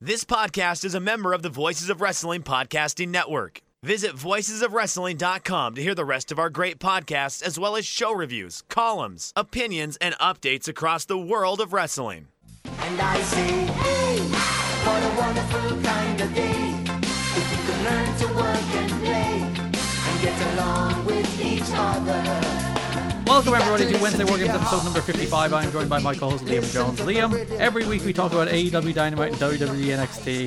This podcast is a member of the Voices of Wrestling Podcasting Network. Visit voicesofwrestling.com to hear the rest of our great podcasts, as well as show reviews, columns, opinions, and updates across the world of wrestling. And I say, hey, what a wonderful kind of day. If we could learn to work and play and get along with each other. Welcome everybody to Wednesday War Games episode number 55. I'm joined by my co-host Liam Jones. Liam, every week we talk about AEW Dynamite and E WWE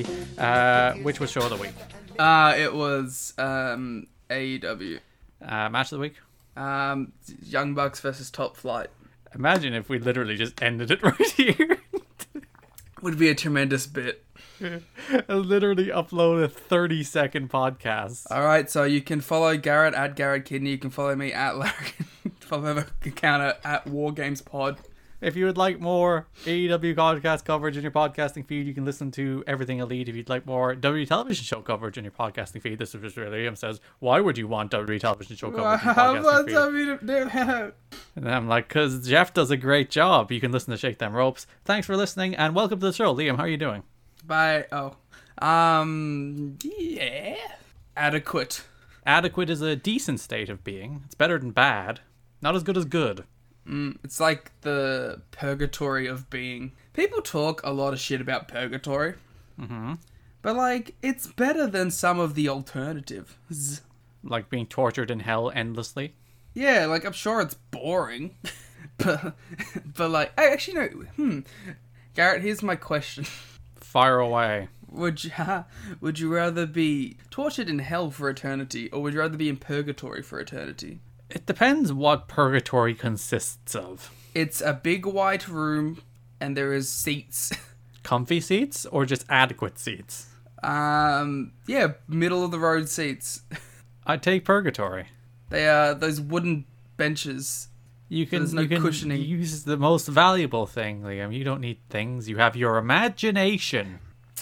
NXT, uh, which was show of the week, Uh, it was um, AEW. uh, match of the week. Um, Young Bucks versus Top Flight Imagine if we literally just ended it right here. would be a tremendous bit. literally upload a 30 second podcast. All right, so you can follow Garrett at Garrett Kidney. You can follow me at Larry. follow my account at War Games Pod. If you would like more AEW podcast coverage in your podcasting feed, you can listen to Everything Elite. If you'd like more W E television show coverage in your podcasting feed, this is what Liam says, Why would you want W E television show coverage? in your podcasting feed? And I'm like, because Jeff does a great job. You can listen to Shake Them Ropes. Thanks for listening and welcome to the show. Liam, how are you doing? Bye. Oh, um, yeah, adequate. Adequate is a decent state of being. It's better than bad. Not as good as good. It's like the purgatory of being. People talk a lot of shit about purgatory. Mm-hmm. But, like, it's better than some of the alternatives. Like being tortured in hell endlessly. Yeah, like, I'm sure it's boring. but, but, like, I actually, no. Hmm. Garrett, here's my question. Fire away. Would you, would you rather be tortured in hell for eternity, or would you rather be in purgatory for eternity? It depends what purgatory consists of. It's a big white room, and there is seats. Comfy seats or just adequate seats? um, yeah, middle of the road seats. I'd take purgatory. They are those wooden benches. You can, there's no you can cushioning. use the most valuable thing, Liam. You don't need things. You have your imagination.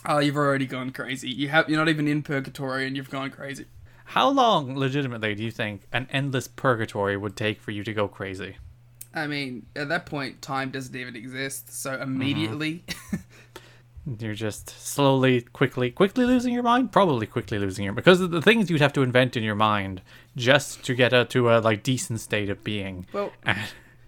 Oh, you've already gone crazy. You have you're not even in purgatory and you've gone crazy. How long, legitimately, do you think an endless purgatory would take for you to go crazy? I mean, at that point time doesn't even exist, so immediately You're just slowly, quickly, quickly losing your mind. Probably quickly losing your because of the things you'd have to invent in your mind just to get a, to a like decent state of being. Well- And-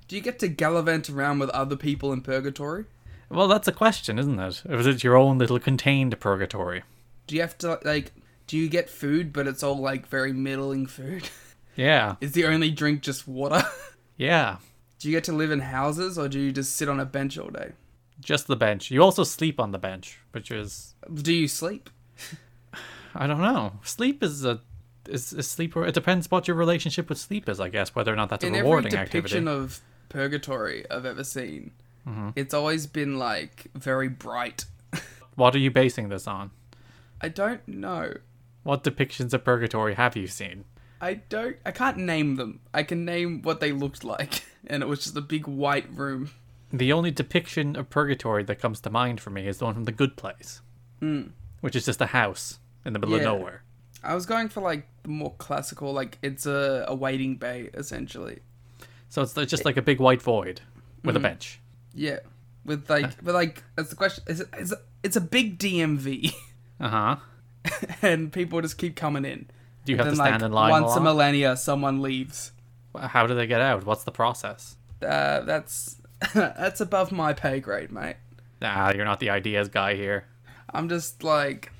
Do you get to gallivant around with other people in purgatory? well, that's a question, isn't it? Or is it your own little contained purgatory? Do you have to like do you get food but it's all like very middling food? Yeah, Is the only drink just water? yeah. do you get to live in houses or do you just sit on a bench all day? Just the bench. You also sleep on the bench, which is Do you sleep? I don't know. Sleep is a is, is sleep. It depends what your relationship with sleep is, I guess, whether or not that's in a every rewarding depiction activity. Mm-hmm. of purgatory I've ever seen, it's always been like very bright. What are you basing this on? I don't know. What depictions of purgatory have you seen? I don't. I can't name them. I can name what they looked like, and it was just a big white room. The only depiction of purgatory that comes to mind for me is the one from The Good Place, which is just a house in the middle of Mm. Yeah. nowhere. I was going for like the more classical, like it's a, a waiting bay essentially. So it's it's just like a big white void with Mm. a bench. Yeah, with like, but like that's the question. Is it, is it, it's a big DMV, Uh huh. and people just keep coming in. Do you have then to like stand in line? once a a lot? millennia, someone leaves. How do they get out? What's the process? Uh, that's that's above my pay grade, mate. Ah, you're not the ideas guy here. I'm just like,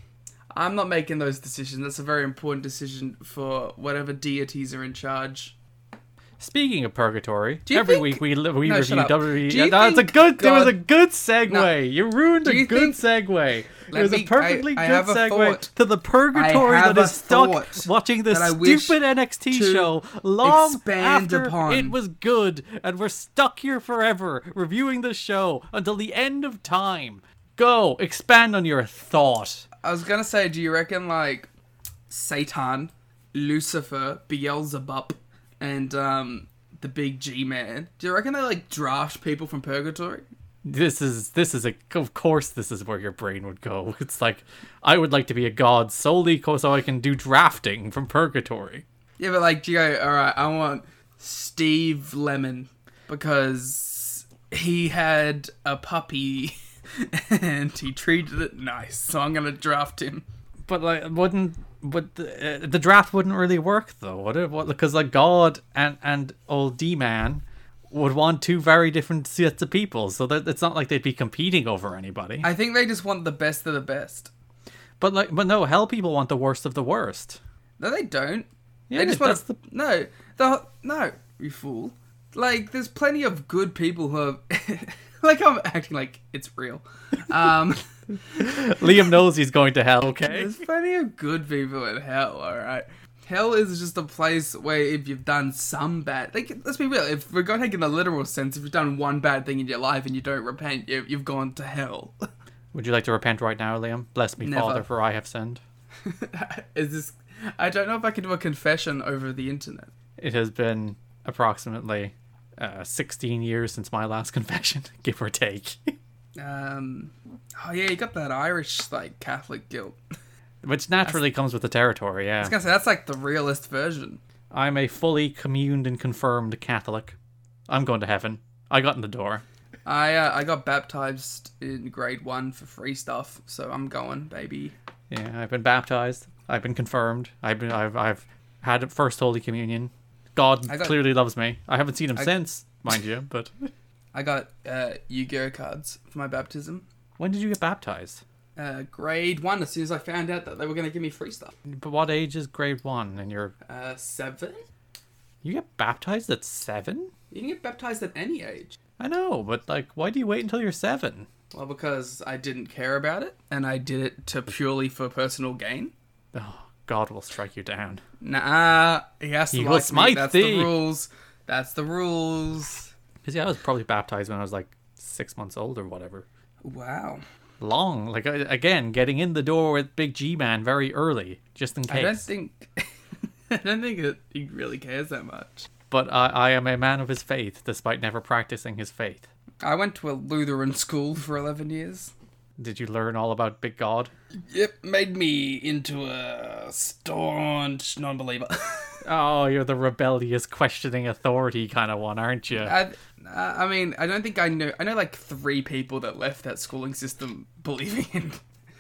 I'm not making those decisions. That's a very important decision for whatever deities are in charge. Speaking of purgatory, you every think- week we li- we No, shut review up. WWE. Do you no, it's a think good. It was a God- good segue. No. You ruined Do a you good think- segue. It Let was me- a I- perfectly I good have a segue thought. to the purgatory I have that is a stuck thought watching this that I wish stupid NXT to show long expand after upon. it was good, and we're stuck here forever reviewing the show until the end of time. Go expand on your thought. I was gonna say, do you reckon like Satan, Lucifer, Beelzebub, and um, the big G man? Do you reckon they like draft people from purgatory? this is this is a of course this is where your brain would go it's like i would like to be a god solely co- so i can do drafting from purgatory Yeah, but like, do you go, all right, I want Steve Lemon because he had a puppy and he treated it nice. So I'm gonna draft him. But like, wouldn't but the, uh, the draft wouldn't really work though, would it? Because like God and and old D man would want two very different sets of people, so that it's not like they'd be competing over anybody. I think they just want the best of the best. but like, but no, hell people want the worst of the worst. No, they don't. Yeah, they just want that's to. the- No, the no, you fool. Like, there's plenty of good people who are. like, I'm acting like it's real. Um, Liam knows he's going to hell. Okay. there's plenty of good people in hell. All right, hell is just a place where if you've done some bad, like, let's be real. If we're going to take it in a literal sense, if you've done one bad thing in your life and you don't repent, you, you've gone to hell. Would you like to repent right now, Liam? Bless me, Never. Father, for I have sinned. is this? I don't know if I can do a confession over the internet. It has been approximately uh, 16 years since my last confession, give or take. Um, oh yeah, you got that Irish like Catholic guilt. Which naturally comes with the territory, yeah. I was gonna say that's like the realist version. I'm a fully communed and confirmed Catholic. I'm going to heaven. I got in the door. I uh, I got baptized in grade one for free stuff, so I'm going, baby. Yeah, I've been baptized. I've been confirmed. I've been, I've, I've had first Holy Communion. God I got- clearly loves me. I haven't seen him since, mind you, but. I got uh, Yu-Gi-Oh cards for my baptism. When did you get baptized? Uh, grade one, as soon as I found out that they were gonna give me free stuff. But what age is grade one? And you're. Uh, seven. You get baptized at seven? You can get baptized at any age. I know, but like, why do you wait until you're seven? Well, because I didn't care about it, and I did it to purely for personal gain. Oh, God will strike you down. Nah, he has to He will like me. smite That's thee. the rules. That's the rules. Because yeah, I was probably baptized when I was like six months old or whatever. Wow. Long, like I- again, getting in the door with Big G Man very early, just in I don't case. think I don't think it, he really cares that much. But I, I am a man of his faith, despite never practicing his faith. I went to a Lutheran school for eleven years. Did you learn all about Big God? Yep, made me into a staunch non-believer. Oh, you're the rebellious, questioning authority kind of one, aren't you? I, I mean, I don't think I know. I know like three people that left that schooling system believing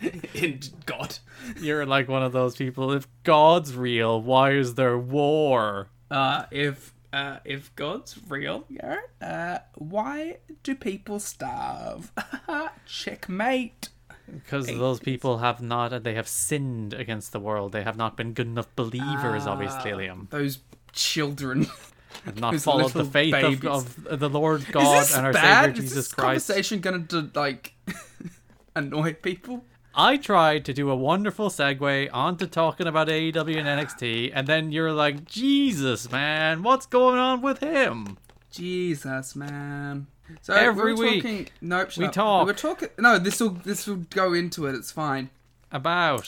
in in God. You're like one of those people. If God's real, why is there war? Uh, if uh, if God's real, Garrett, uh, why do people starve? Checkmate. Because those people have not, they have sinned against the world. They have not been good enough believers, obviously, Liam. Those children. Have not those followed the little faith of, babies. of the Lord God Is this and our bad? Savior Is Jesus this Christ. conversation gonna do, like annoy people? I tried to do a wonderful segue onto talking about AEW and NXT, and then you're like, Jesus, man, what's going on with him? Jesus, man. So Every we were week, Talking, nope. shut we up. talk. We were talking. No, this will this will go into it. It's fine. About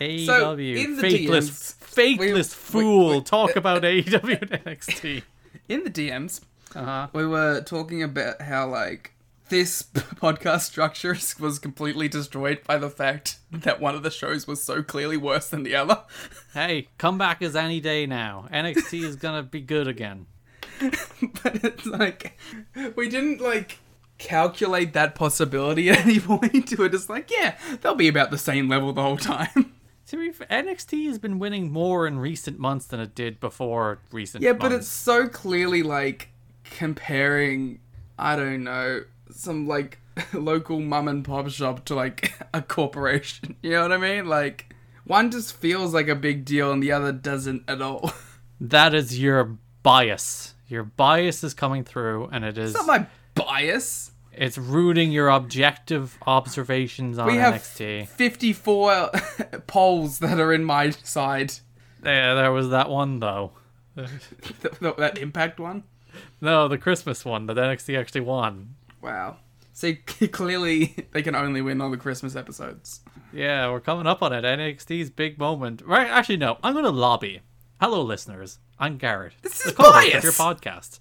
AEW, in the faithless, DMs, faithless we- we- fool, talk about AEW and NXT. In the DMs, Uh-huh. we were talking about how like this podcast structure was completely destroyed by the fact that one of the shows was so clearly worse than the other. Hey, comeback is any day now. NXT is gonna be good again. but it's like we didn't like calculate that possibility at any point. We're just like, yeah, they'll be about the same level the whole time. To be fair, NXT has been winning more in recent months than it did before recent. Yeah, but months. it's so clearly like comparing, I don't know, some like local mum and pop shop to like a corporation. You know what I mean? Like one just feels like a big deal and the other doesn't at all. It's that is your bias. Your bias is coming through, and it is not my bias. it's rooting your objective observations on We have NXT. 54 polls that are in my side. Yeah, there was that one though. Th- th- that impact one. No, the Christmas one that NXT actually won. Wow. See, clearly they can only win on the Christmas episodes. Yeah, we're coming up on it. NXT's big moment. Right? Actually, no. I'm going to lobby. Hello, listeners. I'm Garrett. This the is co-host Of bias. your podcast.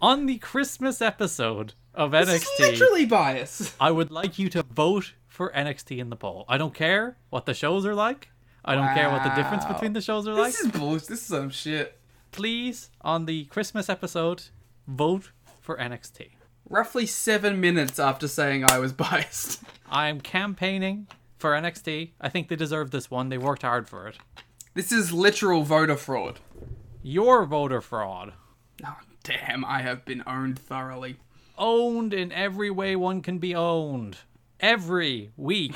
on the Christmas episode of It's NXT, literally bias. I would like you to vote for NXT in the poll. I don't care what the shows are like. I don't care what the difference Wow. between the shows are like. This is bullshit. This is some shit. Please, on the Christmas episode, vote for NXT. roughly seven minutes after saying I was biased. I'm campaigning for NXT. I think they deserve this one. They worked hard for it. This is literal voter fraud. Your voter fraud, Oh, damn, I have been owned thoroughly. owned in every way one can be owned. Every week,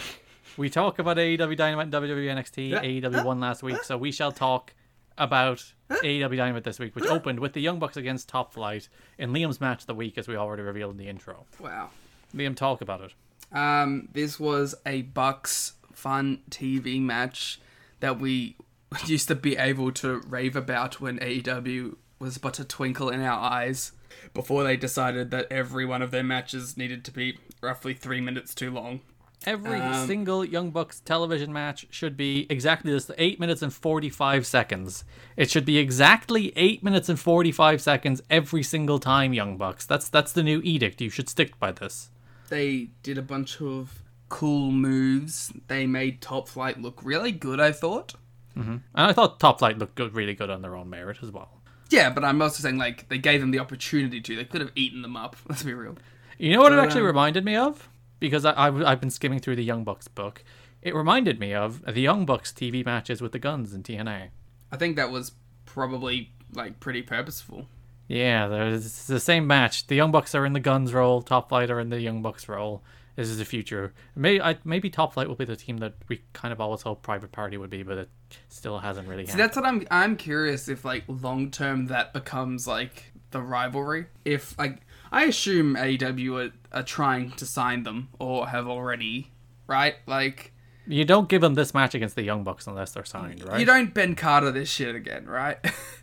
we talk about AEW Dynamite and E WWE NXT. AEW won last week, so we shall talk about AEW Dynamite this week, which opened with the Young Bucks against Top Flight in Liam's match of the week, as we already revealed in the intro. Wow. Liam, talk about it. Um, this was a Bucks fun TV match that we used to be able to rave about when AEW was but a twinkle in our eyes before they decided that every one of their matches needed to be roughly three minutes too long. Every single Young Bucks television match should be exactly this 8 minutes and 45 seconds. It should be exactly 8 minutes and 45 seconds every single time Young Bucks. That's that's the new edict. You should stick by this. They did a bunch of cool moves. They made Top Flight look really good, I thought. And I thought Top Flight looked good, really good on their own merit as well. Yeah, but I'm also saying, like, they gave them the opportunity to. They could have eaten them up, let's be real. You know what it actually reminded me of? Because I, I, have been skimming through the Young Bucks book. It reminded me of the Young Bucks TV matches with the guns in TNA. I think that was probably, like, pretty purposeful. Yeah, there's it's the same match. The Young Bucks are in the guns role. Top Flight are in the Young Bucks role. This is the future. Maybe I, maybe Top Flight will be the team that we kind of always hoped Private Party would be, but it still hasn't really See, happened. that's what I'm. I'm curious if like long term that becomes like the rivalry. If like I assume AEW are, are trying to sign them or have already, right? Like you don't give them this match against the Young Bucks unless they're signed, right? you don't Ben Carter this shit again, right?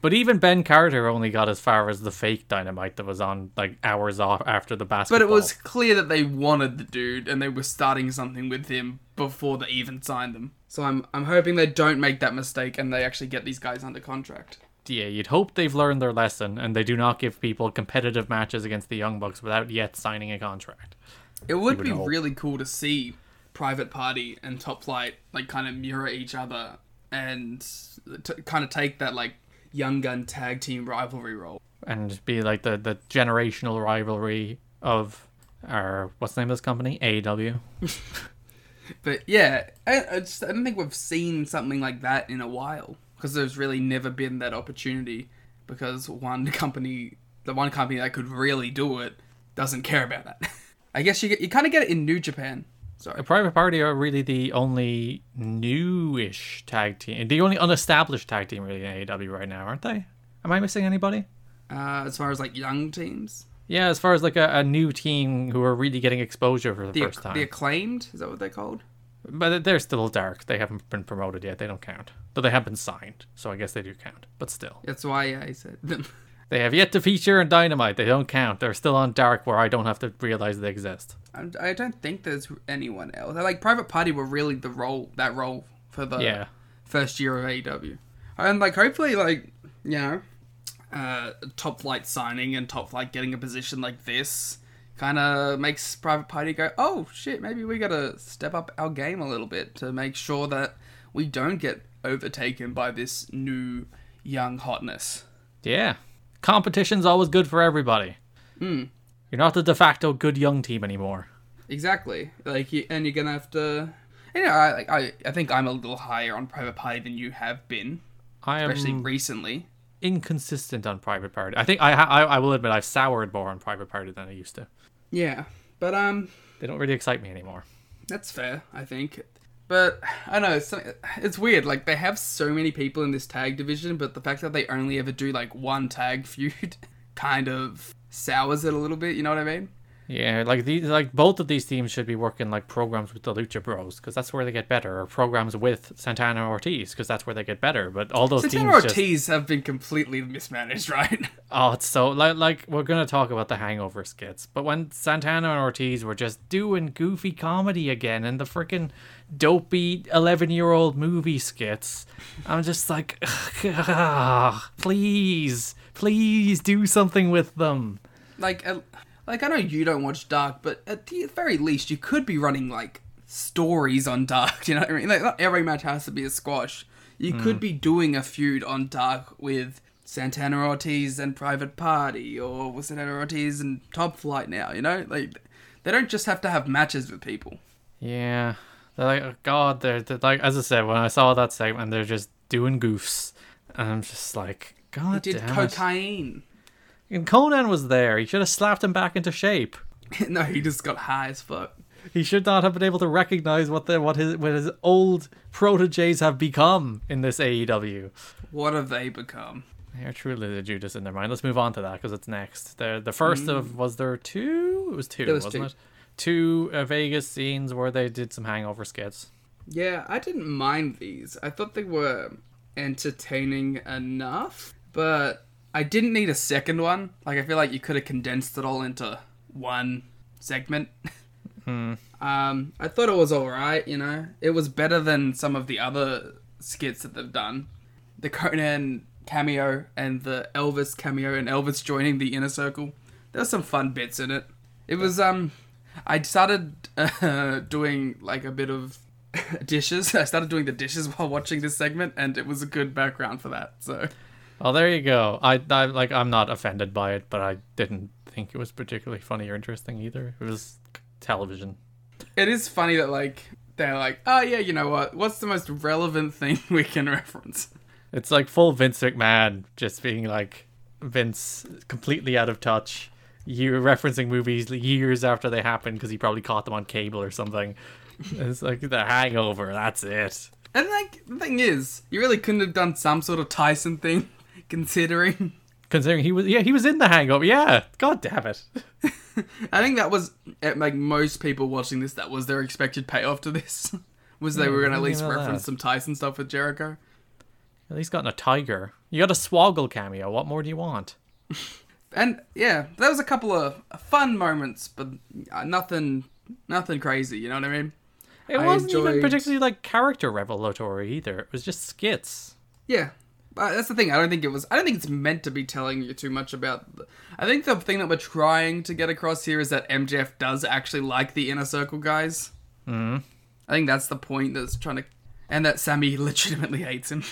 But even Ben Carter only got as far as the fake Dynamite that was on like hours off after the basketball. but it was clear that they wanted the dude and they were starting something with him before they even signed them. So I'm I'm hoping they don't make that mistake and they actually get these guys under contract. yeah. You'd hope they've learned their lesson and they do not give people competitive matches against the Young Bucks without yet signing a contract. It would would be hope. really cool to see Private Party and Top Flight like kind of mirror each other and t- kind of take that like young gun tag team rivalry role. and be like the, the generational rivalry of our what's the name of this company E AEW. But yeah, I, I just I don't think we've seen something like that in a while because there's really never been that opportunity because one company, the one company that could really do it, doesn't care about that. I guess you get, you kind of get it in New Japan. Sorry. Private Party are really the only newish tag team, the only unestablished tag team really in AEW right now, aren't they? Am I missing anybody? Uh, as far as like young teams, Yeah, as far as like a, a new team who are really getting exposure for the, the, first acc- time, the acclaimed is that what they're called? but they're still dark. They haven't been promoted yet. They don't count, though they have been signed, so I guess they do count. But still, That's why I said them. they have yet to feature in Dynamite. They don't count. They're still on dark, where I don't have to realize they exist. I I don't think there's anyone else. Like Private Party were really the role that role for the Yeah. first year of AEW, and like hopefully like you know, uh, Top Flight signing and Top Flight getting a position like this kind of makes Private Party go, oh shit, maybe we gotta step up our game a little bit to make sure that we don't get overtaken by this new young hotness. Yeah. Competition's always good for everybody. Hmm. You're not the de facto good young team anymore. Exactly. Like, you, and you're gonna have to. You know, I, like, I I think I'm a little higher on Private Party than you have been, I am especially recently. inconsistent on Private Party. I think I, ha- I I will admit I've soured more on Private Party than I used to. Yeah, but um, They don't really excite me anymore. that's fair, I think. But I don't know it's, it's weird. Like they have so many people in this tag division, but the fact that they only ever do like one tag feud kind of sours it a little bit. You know what I mean? Yeah, like these like both of these teams should be working like programs with the Lucha Bros because that's where they get better, or programs with Santana Ortiz because that's where they get better. But all those Santana teams just- Ortiz have been completely mismanaged, right? Oh, it's so like like we're gonna talk about the hangover skits, but when Santana and Ortiz were just doing goofy comedy again and the freaking dopey eleven year old movie skits, I'm just like, ah, please, please do something with them. like at, like I know you don't watch Dark, but at the very least, you could be running like stories on Dark. You know what Hmm. I mean? Like not every match has to be a squash. You could be doing a feud on Dark with Santana Ortiz and Private Party or Santana Ortiz and Top Flight now, you know? Like they don't just have to have matches with people. Yeah. They're like, oh, God, they're, they're like, as I said, when I saw that segment, they're just doing goofs. And I'm just like, He God did damn it." cocaine. And Conan was there. He should have slapped him back into shape. no, he just got high as fuck. He should not have been able to recognize what the, what his what his old proteges have become in this E AEW. What have they become? They're truly the Judas in their mind. Let's move on to that because it's next. The the first of was there two? It was two, Mm. There was wasn't two. it? Two uh, Vegas scenes where they did some hangover skits. Yeah, I didn't mind these. I thought they were entertaining enough, but I didn't need a second one. Like, I feel like you could have condensed it all into one segment. Um, I thought it was alright, you know? It was better than some of the other skits that they've done. The Conan cameo and the Elvis cameo and Elvis joining the inner circle. There were some fun bits in it. It was, um, I started uh, doing like a bit of dishes. I started doing the dishes while watching this segment, and it was a good background for that. So Oh, there you go. I, I like I'm not offended by it, but I didn't think it was particularly funny or interesting either. It was television. it is funny that like they're like, oh yeah, you know what? What's the most relevant thing we can reference? It's like full Vince McMahon just being like Vince completely out of touch. You referencing movies years after they happened because he probably caught them on cable or something. It's like The Hangover. That's it. And like the thing is, you really couldn't have done some sort of Tyson thing, considering. Considering he was yeah he was in The Hangover. Yeah, god damn it. I think that was at like most people watching this. That was their expected payoff to this. Was they were going to at what do you least mean by reference that? some Tyson stuff with Jericho. At least gotten a tiger. You got a Swoggle cameo. What more do you want? and yeah, there was a couple of fun moments, but uh, nothing, nothing crazy. You know what I mean? It I wasn't even enjoyed- particularly like character revelatory either. It was just skits. Yeah, but that's the thing. I don't think it was. I don't think it's meant to be telling you too much about. The, I think the thing that we're trying to get across here is that MJF does actually like the inner circle guys. Mm. I think that's the point that's trying to, and that Sammy legitimately hates him.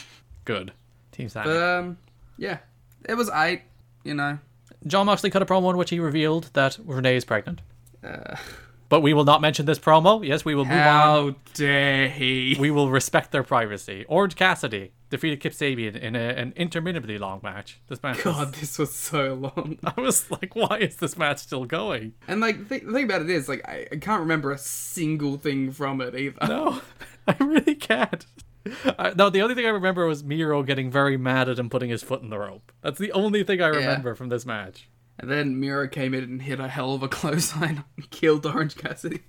Good. Team Sammy. But um, yeah, it was I. You know, John Moxley cut a promo in which he revealed that Renee is pregnant. Uh. But we will not mention this promo. Yes, we will move on. how dare he? We will respect their privacy. Orange Cassidy defeated Kip Sabian in a, an interminably long match. This match. was- God, this was so long. I was like, why is this match still going? And like the, the thing about it is, like I, I can't remember a single thing from it either. No, I really can't. I, no, the only thing I remember was Miro getting very mad at him putting his foot in the rope. That's the only thing I remember from this match. And then Miro came in and hit a hell of a clothesline and killed Orange Cassidy.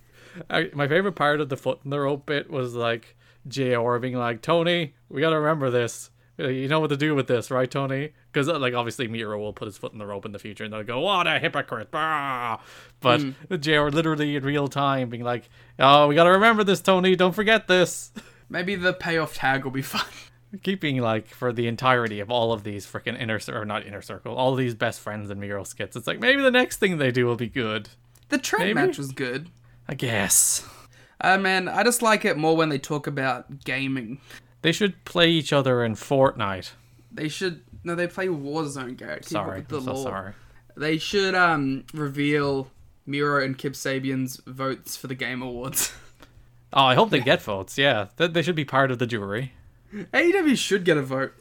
I, my favorite part of the foot in the rope bit was like JR being like, Tony, we got to remember this. Uh, You know what to do with this, right, Tony? Because like obviously Miro will put his foot in the rope in the future, and they'll go, "What a hypocrite!" Bah! But JR literally in real time being like, "Oh, we got to remember this, Tony. Don't forget this." Maybe the payoff tag will be fun. Keeping like for the entirety of all of these freaking inner cir- or not inner circle, all these best friends and Miro skits. It's like maybe the next thing they do will be good. The Trent Maybe. match was good. I guess. Uh, man, I just like it more when they talk about gaming. They should play each other in Fortnite. They should no, they play Warzone, Garrett. Keep up Sorry, with the I'm so lore. sorry. They should um reveal Miro and Kip Sabian's votes for the Game Awards. Oh, I hope they get votes. Yeah, Th- they should be part of the jury. AEW should get a vote.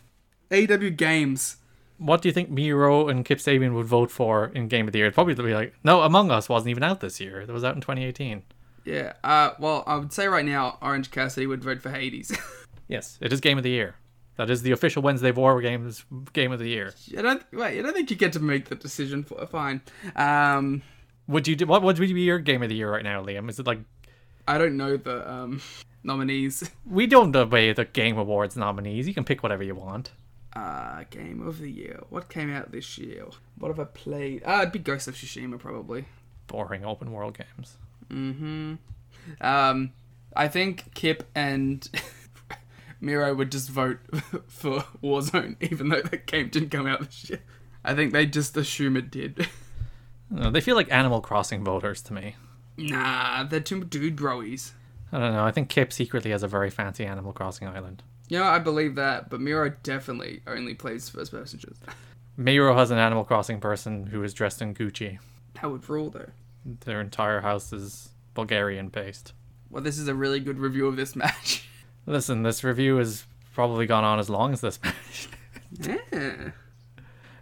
AEW Games. What do you think Miro and Kip Sabian would vote for in Game of the Year? It'd probably be like, no, Among Us wasn't even out this year. It was out in 2018. Yeah. Uh, well, I would say right now, Orange Cassidy would vote for Hades. Yes, it is Game of the Year. That is the official Wednesday War Games Game of the Year. I don't. Wait, I don't think you get to make the decision. For, fine. Um, Would you do? What would be your Game of the Year right now, Liam? Is it like I don't know the um nominees. we don't obey the Game Awards nominees? You can pick whatever you want. Uh, game of the year. What came out this year? What have I played? Ah, it'd be Ghost of Tsushima probably. Boring open world games. Um, I think Kip and Miro would just vote for Warzone, even though that game didn't come out this year. I think they just assume it did. No, they feel like Animal Crossing voters to me. nah, they're two dude broies. I don't know. I think Kip secretly has a very fancy Animal Crossing island. You know, I believe that, but Miro definitely only plays first person shooters. Mairo has an Animal Crossing person who is dressed in Gucci. That would rule, though. Their entire house is Bulgarian based. Well, this is a really good review of this match. Listen, this review has probably gone on as long as this match. yeah.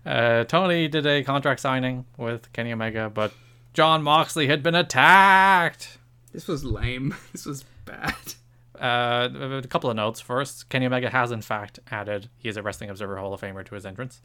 Uh, Tony did a contract signing with Kenny Omega, but John Moxley had been attacked. This was lame. This was bad. Uh, a couple of notes first. Kenny Omega has, in fact, added he is a Wrestling Observer Hall of Famer to his entrance.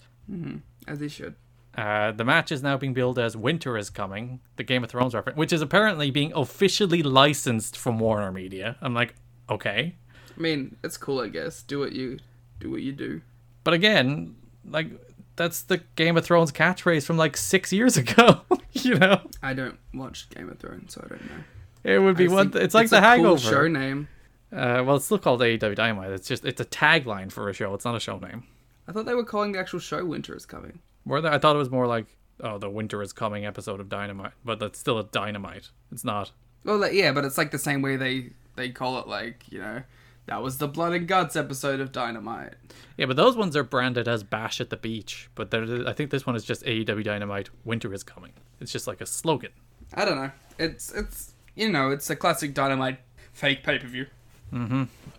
As he should. Uh, the match is now being billed as Winter is Coming, the Game of Thrones reference, which is apparently being officially licensed from Warner Media. I'm like, okay. I mean, it's cool, I guess. Do what you do. What you do. But again, like, that's the Game of Thrones catchphrase from like six years ago, you know? I don't watch Game of Thrones, so I don't know. It would be I one. think it's like the a hangover. Cool show name. Uh, well, it's still called AEW Dynamite. It's just it's a tagline for a show. It's not a show name. I thought they were calling the actual show "Winter is Coming." Were there, I thought it was more like oh, the winter is coming episode of Dynamite, but that's still a Dynamite. It's not. Well, like, yeah, but it's like the same way they they call it, like you know, that was the blood and guts episode of Dynamite. Yeah, but those ones are branded as Bash at the Beach, but they're- I think this one is just AEW Dynamite. Winter is coming. It's just like a slogan. I don't know. It's it's you know, it's a classic Dynamite fake pay per view. Mm-hmm.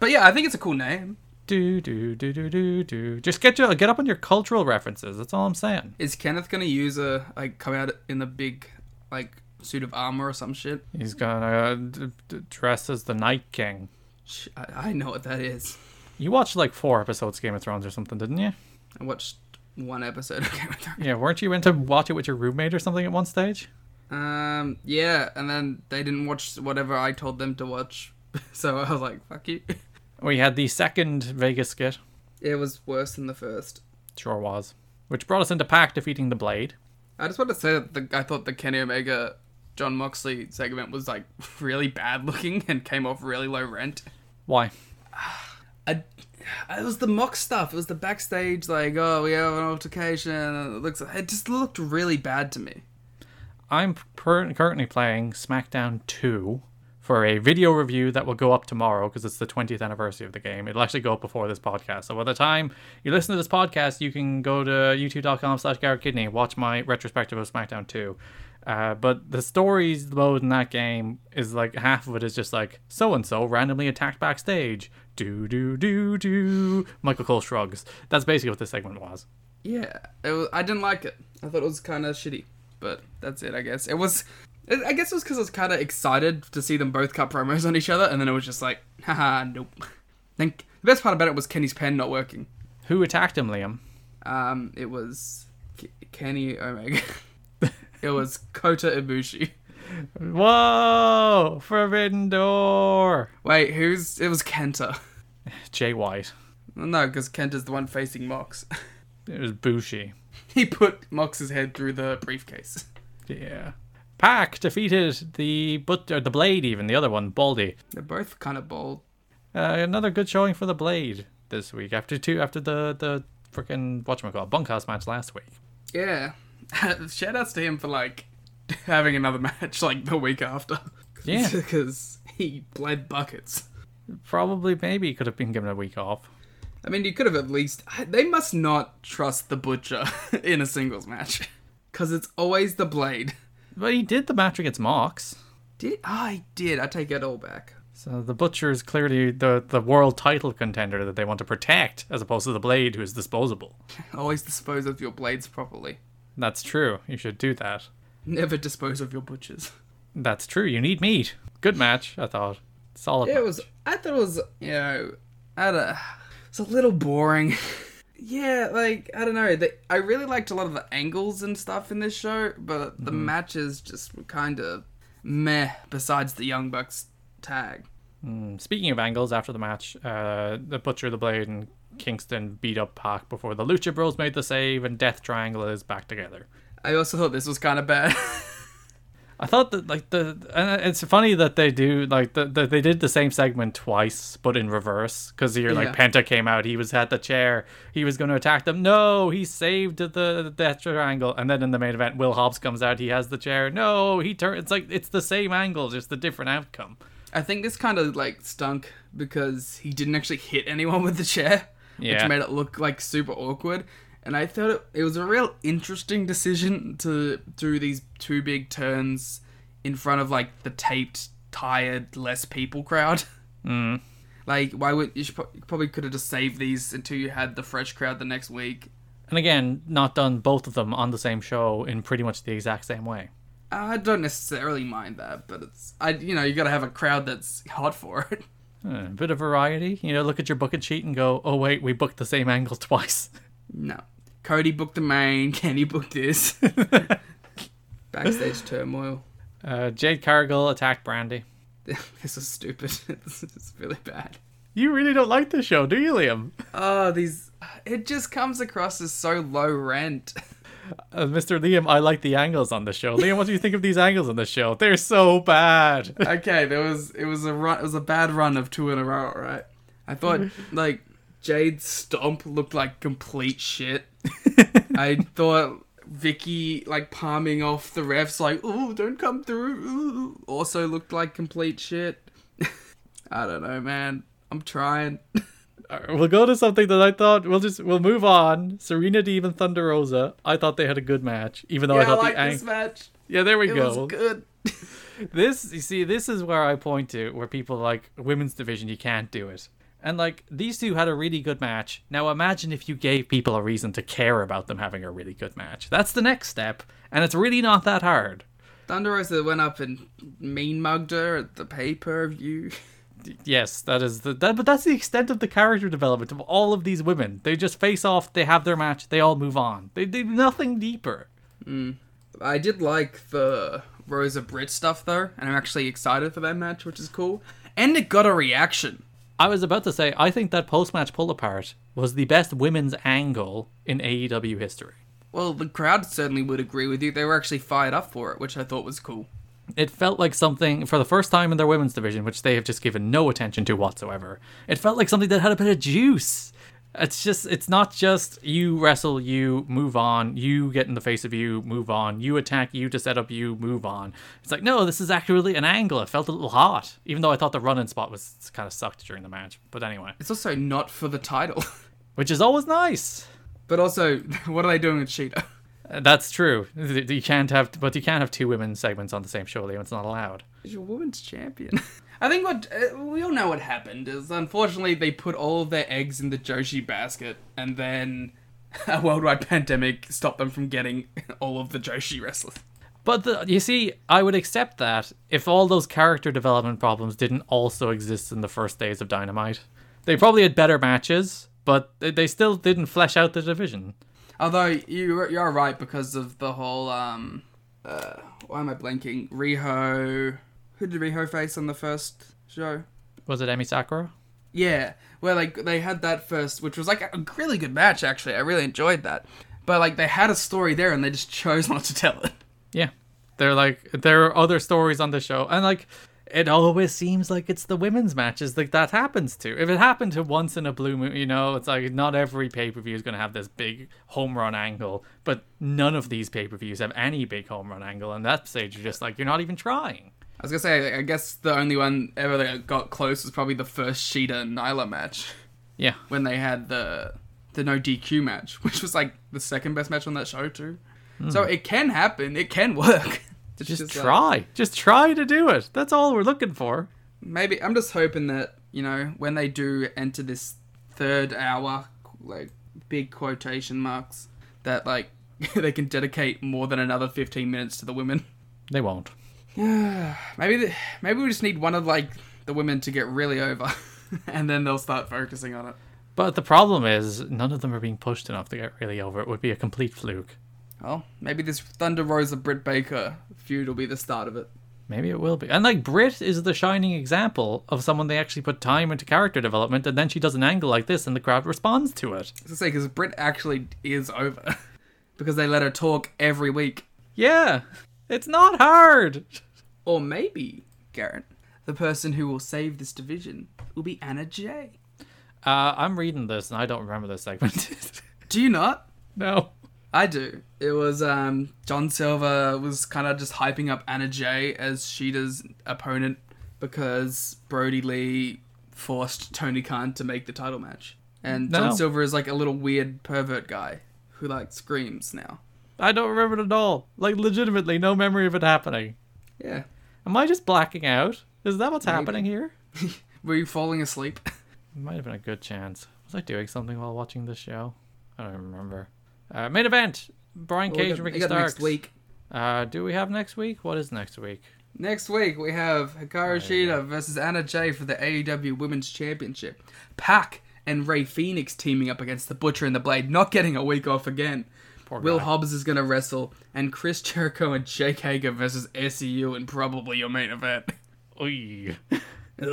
But yeah, I think it's a cool name. Do do do do do do. Just get your get up on your cultural references. That's all I'm saying. Is Kenneth gonna use a like come out in the big like suit of armor or some shit? He's gonna uh, d- d- dress as the Night King. Sh- I, I know what that is. You watched like four episodes of Game of Thrones or something, didn't you? I watched one episode of Game of Thrones. Yeah, weren't you into watch it with your roommate or something at one stage? Um, yeah, and then they didn't watch whatever I told them to watch, so I was like, "Fuck you." We had the second Vegas skit, It was worse than the first. sure was, which brought us into Pac defeating the Blade. I just want to say that the, I thought the Kenny Omega John Moxley segment was like really bad looking and came off really low rent. Why? I, it was the mock stuff. It was the backstage like, oh, we have an altercation. and It looks. It just looked really bad to me. I'm per- currently playing SmackDown 2 for a video review that will go up tomorrow because it's the 20th anniversary of the game. It'll actually go up before this podcast. So by the time you listen to this podcast, you can go to youtube.com slash Garrett Kidney, watch my retrospective of SmackDown 2. Uh, but the stories mode in that game is like half of it is just like so and so randomly attacked backstage. Do do do do. Michael Cole shrugs. That's basically what this segment was. Yeah, it was, I didn't like it. I thought it was kind of shitty, but that's it. I guess it was. It, I guess it was because I was kind of excited to see them both cut promos on each other, and then it was just like, haha, nope. Then the best part about it was Kenny's pen not working. Who attacked him, Liam? Um, it was K- Kenny Omega. it was Kota Ibushi. Whoa! Forbidden Door! Wait, who's? It was Kenta. Jay White. Well, no, because Kenta's the one facing Mox. It was Bushi. he put Mox's head through the briefcase. Yeah. Pack defeated the but or the blade even the other one Baldy. They're both kind of bold. Uh, another good showing for the blade this week after two after the the freaking whatchamacallit bunkhouse match last week. Yeah. Shout outs to him for like having another match like the week after. Yeah. Because he bled buckets. Probably maybe could have been given a week off. I mean, you could have at least. They must not trust the butcher in a singles match. Because it's always the blade. But he did the match against Mox. Did I did. I take it all back. So the butcher is clearly the the world title contender that they want to protect as opposed to the blade who is disposable. Always dispose of your blades properly. That's true. You should do that. Never dispose of your butchers. That's true. You need meat. Good match, I thought. Solid. It match. was. I thought it was. You know, I don't. It's a little boring. yeah, like I don't know. The, I really liked a lot of the angles and stuff in this show, but the matches just were kind of meh. Besides the Young Bucks tag, Speaking of angles, after the match, uh, the Butcher, the Blade, and Kingston beat up Pac before the Lucha Bros made the save, and Death Triangle is back together. I also thought this was kind of bad. I thought that like the and it's funny that they do like the, the, they did the same segment twice but in reverse because here like Yeah. Penta came out he was at the chair he was going to attack them no he saved the, the death triangle and then in the main event Will Hobbs comes out he has the chair no he turns it's like it's the same angle just the different outcome I think this kind of like stunk because he didn't actually hit anyone with the chair, Yeah. which made it look like super awkward. And I thought it, it was a real interesting decision to do these two big turns in front of like the taped, tired, less people crowd. Mm. Like, why would you, should, pro- you probably could have just saved these until you had the fresh crowd the next week? And again, not done both of them on the same show in pretty much the exact same way. I don't necessarily mind that, but it's I you know you got to have a crowd that's hot for it. Uh, A bit of variety, you know. Look at your bucket sheet and go, "Oh wait, we booked the same angle twice." No. Cody booked the main, Kenny booked this. Backstage turmoil. Uh, Jade Cargill attacked Brandy. This is stupid. this is really bad. You really don't like this show, do you, Liam? Oh, these. It just comes across as so low rent. Uh, Mr. Liam, I like the angles on the show. Liam, what do you think of these angles on the show? They're so bad. okay, there was it was a run, it was a bad run of two in a row, right? I thought like Jade's stomp looked like complete shit. I thought Vicky like palming off the refs like, "Ooh, don't come through." Ooh, also looked like complete shit. I don't know, man. I'm trying. we'll go to something that I thought we'll just we'll move on. Serena Deeb and Thunder Rosa. I thought they had a good match, even though Oh, I yeah, I thought like the ang- this match. yeah, there we It go. was good. This you see, this is where I point to where people are like women's division, you can't do it. And like these two had a really good match. Now imagine if you gave people a reason to care about them having a really good match. That's the next step, and it's really not that hard. Thunder Rosa went up and mean mugged her at the pay per view. Yes, that is the that, but that's the extent of the character development of all of these women. They just face off, they have their match, they all move on. They do nothing deeper. I did like the Rosa Britt stuff though, and I'm actually excited for that match, which is cool. And it got a reaction. I was about to say, I think that post match pull apart was the best women's angle in AEW history. Well, the crowd certainly would agree with you. They were actually fired up for it, which I thought was cool. It felt like something for the first time in their women's division, which they have just given no attention to whatsoever. It felt like something that had a bit of juice. It's just, it's not just you wrestle, you move on, you get in the face of you, move on, you attack you to set up you, move on. It's like, no, this is actually an angle. It felt a little hot, even though I thought the run in spot was kind of sucked during the match. But anyway, It's also not for the title, which is always nice. but also, what are they doing with Cheetah? Uh, That's true. You can't have, but you can't have two women segments on the same show, Liam. It's not allowed. She's a women's champion. I think what uh, we all know what happened is unfortunately they put all of their eggs in the Joshi basket, and then a worldwide pandemic stopped them from getting all of the Joshi wrestlers. But the, you see, I would accept that if all those character development problems didn't also exist in the first days of Dynamite. They probably had better matches, but they, they still didn't flesh out the division. Although you you are right because of the whole um, uh, why am I blanking? Riho, who did Riho face on the first show? Was it Emi Sakura? Yeah, where like they had that first, which was like a really good match actually. I really enjoyed that, but like they had a story there and they just chose not to tell it. Yeah. They're like there are other stories on the show and like it always seems like it's the women's matches like that happens to. If it happened to once in a blue moon, you know, it's like not every pay-per-view is going to have this big home run angle, but none of these pay-per-views have any big home run angle and that stage you're just like you're not even trying. I was gonna say, like, I guess the only one ever that got close was probably the first Sheeta and Nyla match Yeah. when they had the the no DQ match, which was like the second best match on that show too. So it can happen. It can work. It's uh, just, like- try just try to do it that's all we're looking for maybe I'm just hoping that you know when they do enter this third hour, like big quotation marks, that like they can dedicate more than another 15 minutes to the women. they won't Maybe the, maybe we just need one of like the women to get really over, and then they'll start focusing on it. but the problem is none of them are being pushed enough to get really over it would be a complete fluke Well, maybe this Thunder Rosa Britt Baker feud will be the start of it. maybe it will be and like brit is the shining example of someone they actually put time into character development and then she does an angle like this and the crowd responds to it As I say, because Britt actually is over, because they let her talk every week. yeah it's not hard Or maybe, Garrett, the person who will save this division will be Anna Jay. uh, i'm reading this and i don't remember this segment Do you not? no I do. It was um John Silver was kind of just hyping up Anna Jay as Sheeta's opponent because Brody Lee forced Tony Khan to make the title match. And No. John Silver is like a little weird pervert guy who like screams now. I don't remember it at all. Like, legitimately, no memory of it happening. Yeah. Am I just blacking out? Is that what's happening here? Were you falling asleep? Might have been a good chance. Was I doing something while watching this show? I don't remember. Uh, main event: Brian Well, we Cage got- and we Ricky got Starks. next week. Uh, do we have next week? What is next week? Next week we have Hikaru Shida versus Anna Jay for the AEW Women's Championship. Pac and Ray Phoenix teaming up against the Butcher and the Blade, not getting a week off again. Poor Will guy. Hobbs is gonna wrestle, and Chris Jericho and Jake Hager versus SEU and probably your main event. Oy.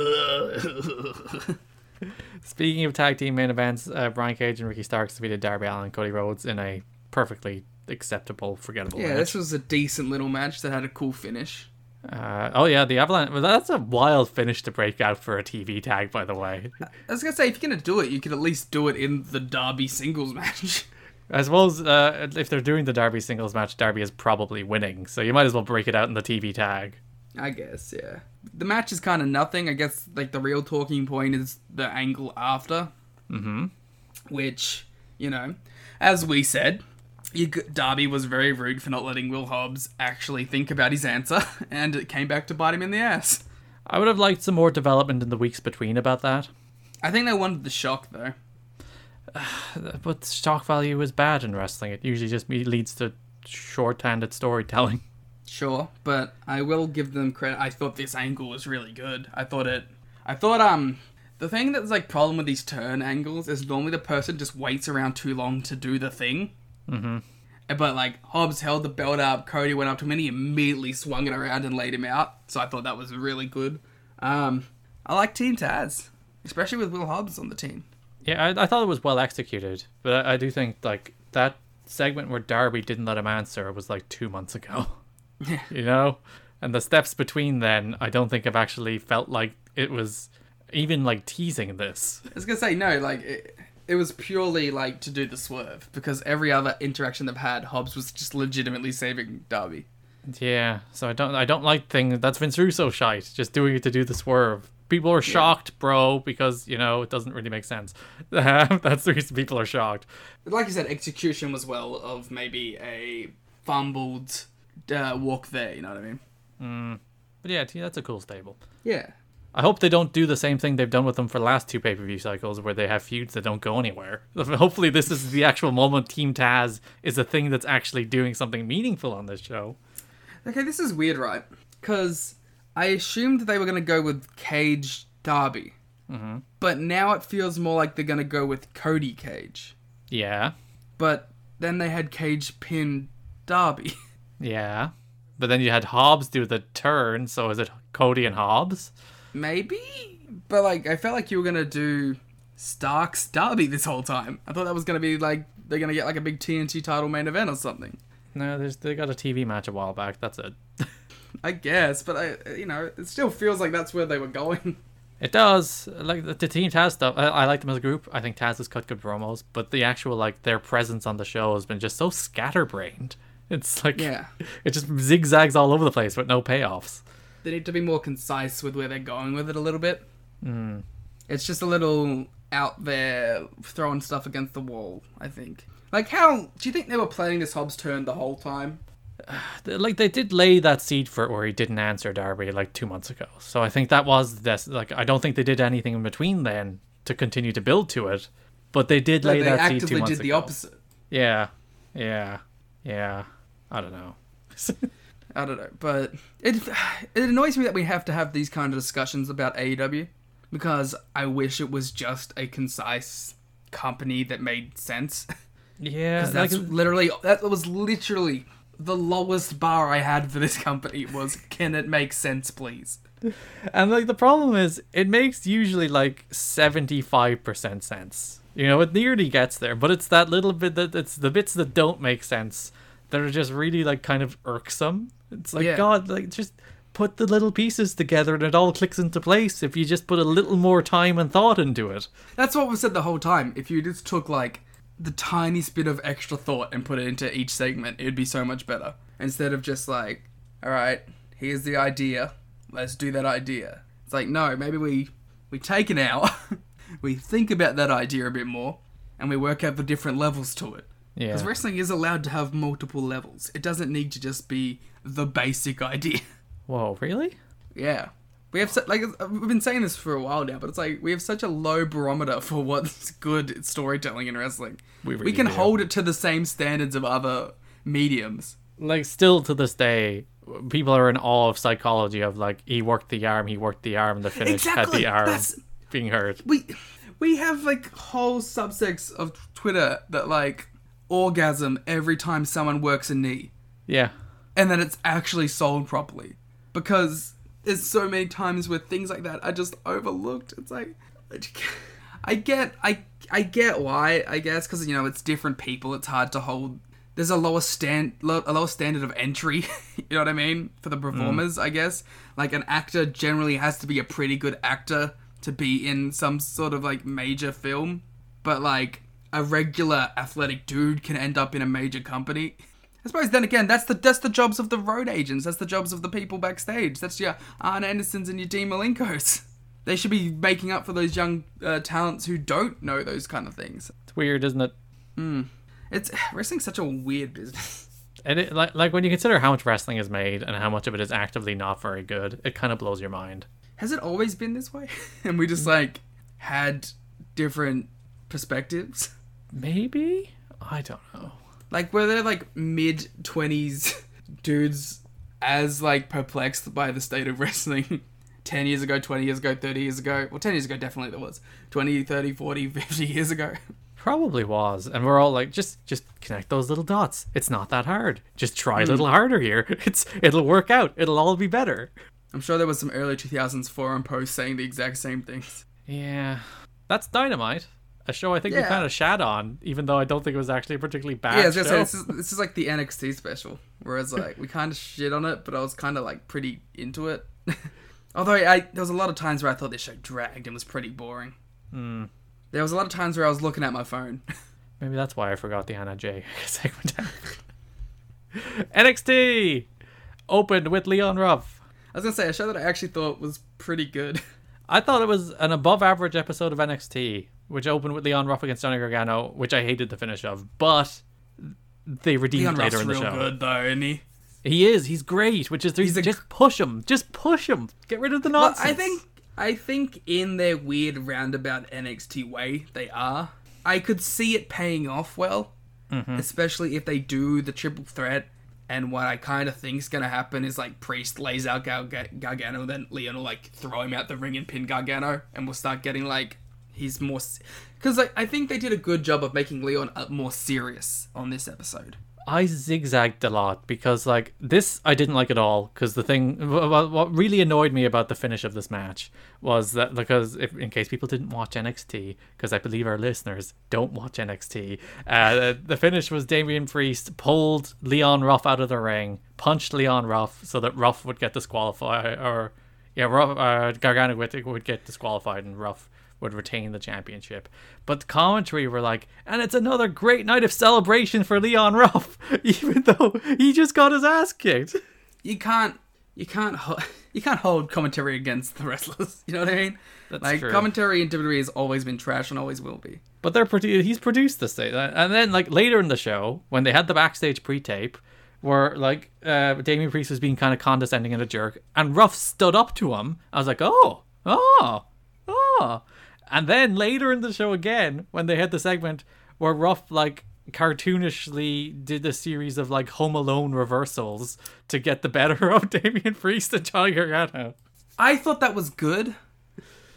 Speaking of tag team main events, uh, Brian Cage and Ricky Starks defeated Darby Allen and Cody Rhodes in a perfectly acceptable, forgettable yeah, match. this was a decent little match that had a cool finish. Uh, oh yeah, the Avalanche. Well, that's a wild finish to break out for a TV tag, by the way. I was gonna say, if you're gonna do it, you could at least do it in the Derby singles match. I suppose uh, if they're doing the Derby singles match, Derby is probably winning, so you might as well break it out in the TV tag. I guess, yeah. The match is kind of nothing. I guess, like, the real talking point is the angle after. Mm-hmm. Which, you know, as we said, you, g- Darby was very rude for not letting Will Hobbs actually think about his answer, and it came back to bite him in the ass. I would have liked some more development in the weeks between about that, I think they wanted the shock, though. but shock value is bad in wrestling. It usually just me- leads to short-handed storytelling. Sure, but I will give them credit. I thought this angle was really good. I thought it. I thought um, the thing that's like problem with these turn angles is normally the person just waits around too long to do the thing. Mm-hmm. But like Hobbs held the belt up, Cody went up to him, and he immediately swung it around and laid him out. So I thought that was really good. Um, I like Team Taz, especially with Will Hobbs on the team. Yeah, I, I thought it was well executed, but I, I do think like that segment where Darby didn't let him answer was like two months ago. you know, and the steps between then, I don't think I've actually felt like it was even like teasing this. I was gonna say no, like it, it was purely like to do the swerve because every other interaction they've had, Hobbs was just legitimately saving Darby. Yeah, so I don't I don't like things. That's Vince Russo shite. Just doing it to do the swerve. People are shocked, bro, because you know it doesn't really make sense. that's the reason people are shocked. But like you said, execution was well of maybe a fumbled uh, walk there. You know what I mean? But yeah, that's a cool stable. Yeah. I hope they don't do the same thing they've done with them for the last two pay per view cycles where they have feuds that don't go anywhere. Hopefully, this is the actual moment Team Taz is a thing that's actually doing something meaningful on this show. Okay, this is weird, right? Because I assumed they were gonna go with Cage Darby, but now it feels more like they're gonna go with Cody Cage. Yeah. But then they had Cage pin Darby. Yeah. But then you had Hobbs do the turn, so is it Cody and Hobbs? Maybe, but like I felt like you were gonna do Starks Derby this whole time. I thought that was gonna be like they're gonna get like a big TNT title main event or something. No, there's, they got a TV match a while back. That's it. I guess, but I uh, you know it still feels like that's where they were going. It does. Like the, the Team Taz stuff, I, I like them as a group. I think Taz has cut good promos, but the actual like their presence on the show has been just so scatterbrained. It's like Yeah. it just zigzags all over the place with no payoffs. They need to be more concise with where they're going with it a little bit. Mm. Hmm. It's just a little out there throwing stuff against the wall. I think. Like how do you think they were planning this Hobbs turn the whole time? Th- uh, Like they did lay that seed for it where he didn't answer Darby like two months ago. So I think that was this. Like I don't think they did anything in between then to continue to build to it, but they did lay they that seed two actively months did the ago. opposite. Yeah, yeah, yeah. I don't know. I don't know, but it it annoys me that we have to have these kind of discussions about AEW because I wish it was just a concise company that made sense. yeah, That's like- literally that was literally the lowest bar I had for this company was can it make sense, please? And like the problem is, it makes usually like seventy five percent sense. You know, it nearly gets there, but it's that little bit that it's the bits that don't make sense that are just really like kind of irksome. It's like Yeah. God, like just put the little pieces together and it all clicks into place if you just put a little more time and thought into it. That's what we said the whole time. If you just took like the tiniest bit of extra thought and put it into each segment, it'd be so much better. Instead of just like, all right, here's the idea, let's do that idea. It's like no, maybe we we take an hour, we think about that idea a bit more, and we work out the different levels to it. Yeah. Because wrestling is allowed to have multiple levels. It doesn't need to just be the basic idea. Whoa, really? Yeah. We have su- like it's- we've been saying this for a while now, but it's like we have such a low barometer for what's good storytelling in wrestling. We we really can do. hold it to the same standards of other mediums. Like, still to this day, people are in awe of psychology of like he worked the arm, he worked the arm, the finish had Exactly, the arm that's- being hurt. we we have like whole subsects of Twitter that like orgasm every time someone works a knee, Yeah. and then it's actually sold properly because there's so many times where things like that are just overlooked. It's like I get I I get why I guess because you know it's different people. It's hard to hold. There's a lower stand lo- a lower standard of entry. you know what I mean for the performers. I guess like an actor generally has to be a pretty good actor to be in some sort of like major film, but like a regular athletic dude can end up in a major company. I suppose then again, that's the that's the jobs of the road agents. That's the jobs of the people backstage. That's your Arn Andersons and your Dean Malinkos. They should be making up for those young uh, talents who don't know those kind of things. It's weird, isn't it? It's wrestling's such a weird business. And it, like, like when you consider how much wrestling is made and how much of it is actively not very good, it kind of blows your mind. Has it always been this way? and we just like had different perspectives. Maybe? I don't know. Like were there like mid twenties dudes as like perplexed by the state of wrestling 10 years ago, 20 years ago, 30 years ago? Well, 10 years ago definitely there was. 20, 30, 40, 50 years ago. Probably was, and we're all like, just just connect those little dots. It's not that hard. Just try a little harder here. It's it'll work out. It'll all be better. I'm sure there was some early 2000s forum posts saying the exact same things. Yeah, that's dynamite. A show I think we Yeah. kind of shat on, even though I don't think it was actually a particularly bad. Yeah, I was show. gonna say, this is, this is like the NXT special, whereas like we kind of shit on it, but I was kind of like pretty into it. Although I there was a lot of times where I thought this show dragged and was pretty boring. There was a lot of times where I was looking at my phone. Maybe that's why I forgot the Anna J segment. NXT opened with Leon Ruff. I was gonna say a show that I actually thought was pretty good. I thought it was an above average episode of NXT, which opened with Leon Ruff against Johnny Gargano, which I hated the finish of, but they redeemed Leon later Ruff's in the real show. good though, isn't he? He is. He's great. Which is he's a- just push him. Just push him. Get rid of the Well, nonsense. I think I think in their weird roundabout NXT way, they are. I could see it paying off well, Mm-hmm. especially if they do the triple threat. And what I kind of think's gonna happen is like Priest lays out Gar- Gar- Gargano, then Leon will like throw him out the ring and pin Gargano, and we'll start getting like he's more because like I think they did a good job of making Leon uh, more serious on this episode. I zigzagged a lot because like this I didn't like at all because the thing wh- wh- what really annoyed me about the finish of this match was that because if, in case people didn't watch NXT because I believe our listeners don't watch NXT uh, the- the finish was Damian Priest pulled Leon Ruff out of the ring punched Leon Ruff so that Ruff would get disqualified or yeah Ruff, uh, Gargano would, would get disqualified and Ruff would retain the championship. But the commentary were like, and it's another great night of celebration for Leon Ruff, even though he just got his ass kicked. you can't you can't ho- you can't hold commentary against the wrestlers. You know what I mean? That's like true. commentary in WWE has always been trash and always will be. But they're produ- he's produced this thing. And then like later in the show, when they had the backstage pre-tape, where like uh, Damien Priest was being kind of condescending and a jerk, and Ruff stood up to him. I was like, oh, oh, oh. And then later in the show again, when they had the segment where Ruff like cartoonishly did a series of like Home Alone reversals to get the better of Damien Priest and Johnny Gargano. I thought that was good,